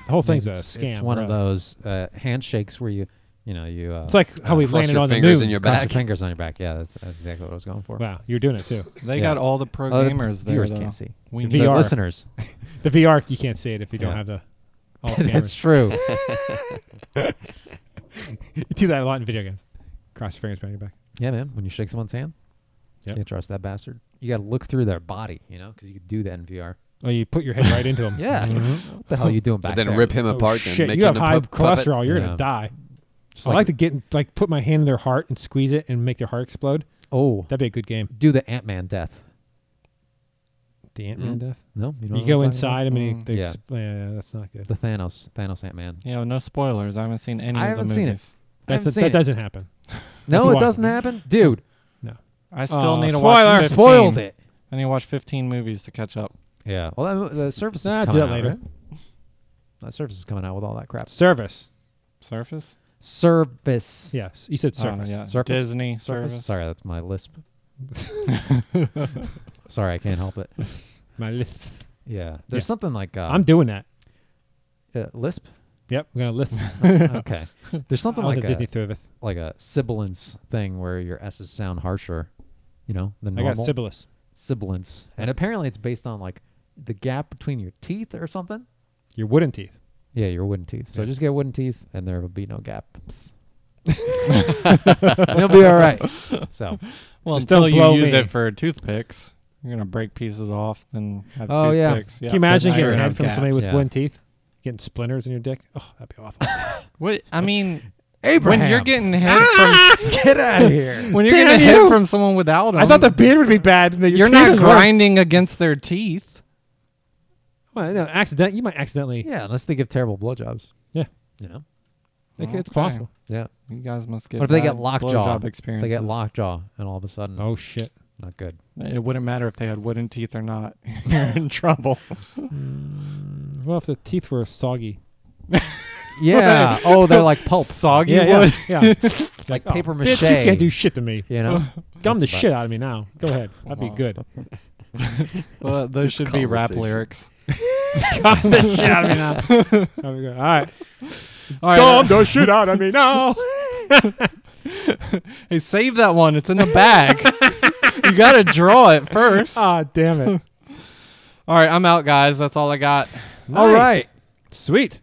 The whole thing's
it's,
a scam.
It's one of
bro.
those uh, handshakes where you, you know, you. Uh,
It's like how
Uh,
we
cross
landed
your
on the
fingers
moon.
and your
cross your
back.
fingers on your back. Yeah, that's, that's exactly what I was going for.
Wow, you're doing it too.
They
Yeah.
got all the pro
Other
gamers there.
viewers
though.
can't see.
We
The
need-
VR.
The listeners.
The VR, you can't see it if you don't
Yeah.
have the. All
that's
cameras.
true.
you do that a lot in video games. Cross your fingers behind your back.
yeah, man. When you shake someone's hand,
Yep.
can't trust that bastard. You got to look through their body, you know, because you could do that in VR.
Oh, you put your head right into them.
Yeah.
Mm-hmm.
what the hell are you doing back
But then
there?
rip him
Oh,
apart and
shit,
make
you
him
have
a
high
pu-
cholesterol.
puppet.
You're
Yeah.
gonna die.
Just
I like, to get in- like put my hand in their heart and squeeze it and make their heart explode.
Oh,
That'd be a good game.
do the Ant Man death. Mm.
The Ant Man death.
No, you, know
You
what I'm
go
talking
inside. I mean,
Mm.
they
Yeah.
expl- yeah. that's not good.
about? The Thanos, Thanos Ant Man.
You know, no spoilers. I haven't seen any
I
of the
haven't seen it.
movies.
That's
haven't
that
seen it.
doesn't happen.
No,
That's
it
why.
doesn't happen, dude.
I still
Aw,
need to
spoiler.
watch.
You
15.
spoiled it.
I need to watch 15 movies to catch up.
Yeah. Well, that, the Surface
Nah,
is coming
do that
out.
later.
right? That Surface is coming out with all that crap.
Service.
Surface?
Service.
Yes, you said
Oh,
surface.
yeah.
Surface?
Disney
Surface.
Surface.
Sorry, that's my lisp. Sorry, I can't help it.
My lips.
Yeah. There's
Yeah.
something like uh,
I'm doing that.
uh, lisp.
Yep, I'm gonna lift.
okay. There's something
I'll
like
have Disney
a,
service.
like a sibilance thing where your s's sound harsher, you know, than
I got
normal.
syphilis.
sibilance. And apparently it's based on like the gap between your teeth or something.
Your wooden teeth.
Yeah, your wooden teeth. So
Yeah.
just get wooden teeth and there will be no gaps. You'll be all right. So,
Well,
Just
until
don't
you
blow
use
me.
it for toothpicks, you're gonna break pieces off and have
Oh, yeah.
toothpicks. Yeah.
Can you imagine
that's
getting
true.
a head
No
from somebody
gaps.
with
Yeah.
wooden teeth? Getting splinters in your dick? Oh, that'd be awful.
What I mean,
Abraham,
when you're getting head from
get out of here.
when you're
Damn
getting head
you.
from someone without them,
I thought the beard would be bad. but your
you're
teeth
not
is worse.
grinding against their teeth.
Well, no, accident. You might accidentally.
yeah, unless they give terrible blowjobs.
Yeah.
You know?
Like, It's
Okay.
possible.
Yeah.
You guys must get.
What if they get
bad
lockjaw?
blowjob
They
experiences.
get lockjaw and all of a sudden,
Oh shit.
not good.
It wouldn't matter if they had wooden teeth or not. you're in trouble.
Well, if the teeth were soggy.
Yeah. oh, they're like pulp.
Soggy
yeah,
wood.
yeah, yeah.
Like
oh,
paper
bitch,
mache.
you can't do shit to me.
you know? That's
Gum the
the
shit
best.
out of me now. Go ahead. That'd be
Wow.
good.
Well, those should be rap
conversation.
lyrics.
Gum the shit out of me now. That'd be good. All right.
All right. uh,
Gum the shit out of me now.
Hey, save that one. It's in the bag. you got to draw it first. All
Ah, damn it.
right, I'm out, guys. That's all I got.
All right. Sweet.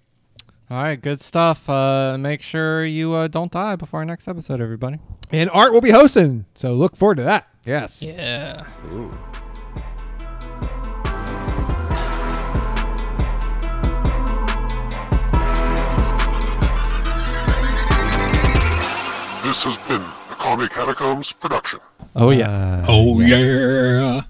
All right, good stuff. Uh, make sure you uh, don't die before our next episode, everybody.
And Art will be hosting, so look forward to that.
Yes.
Yeah.
Ooh.
This has been a Comic Catacombs production.
Oh, yeah.
Uh,
Oh, yeah.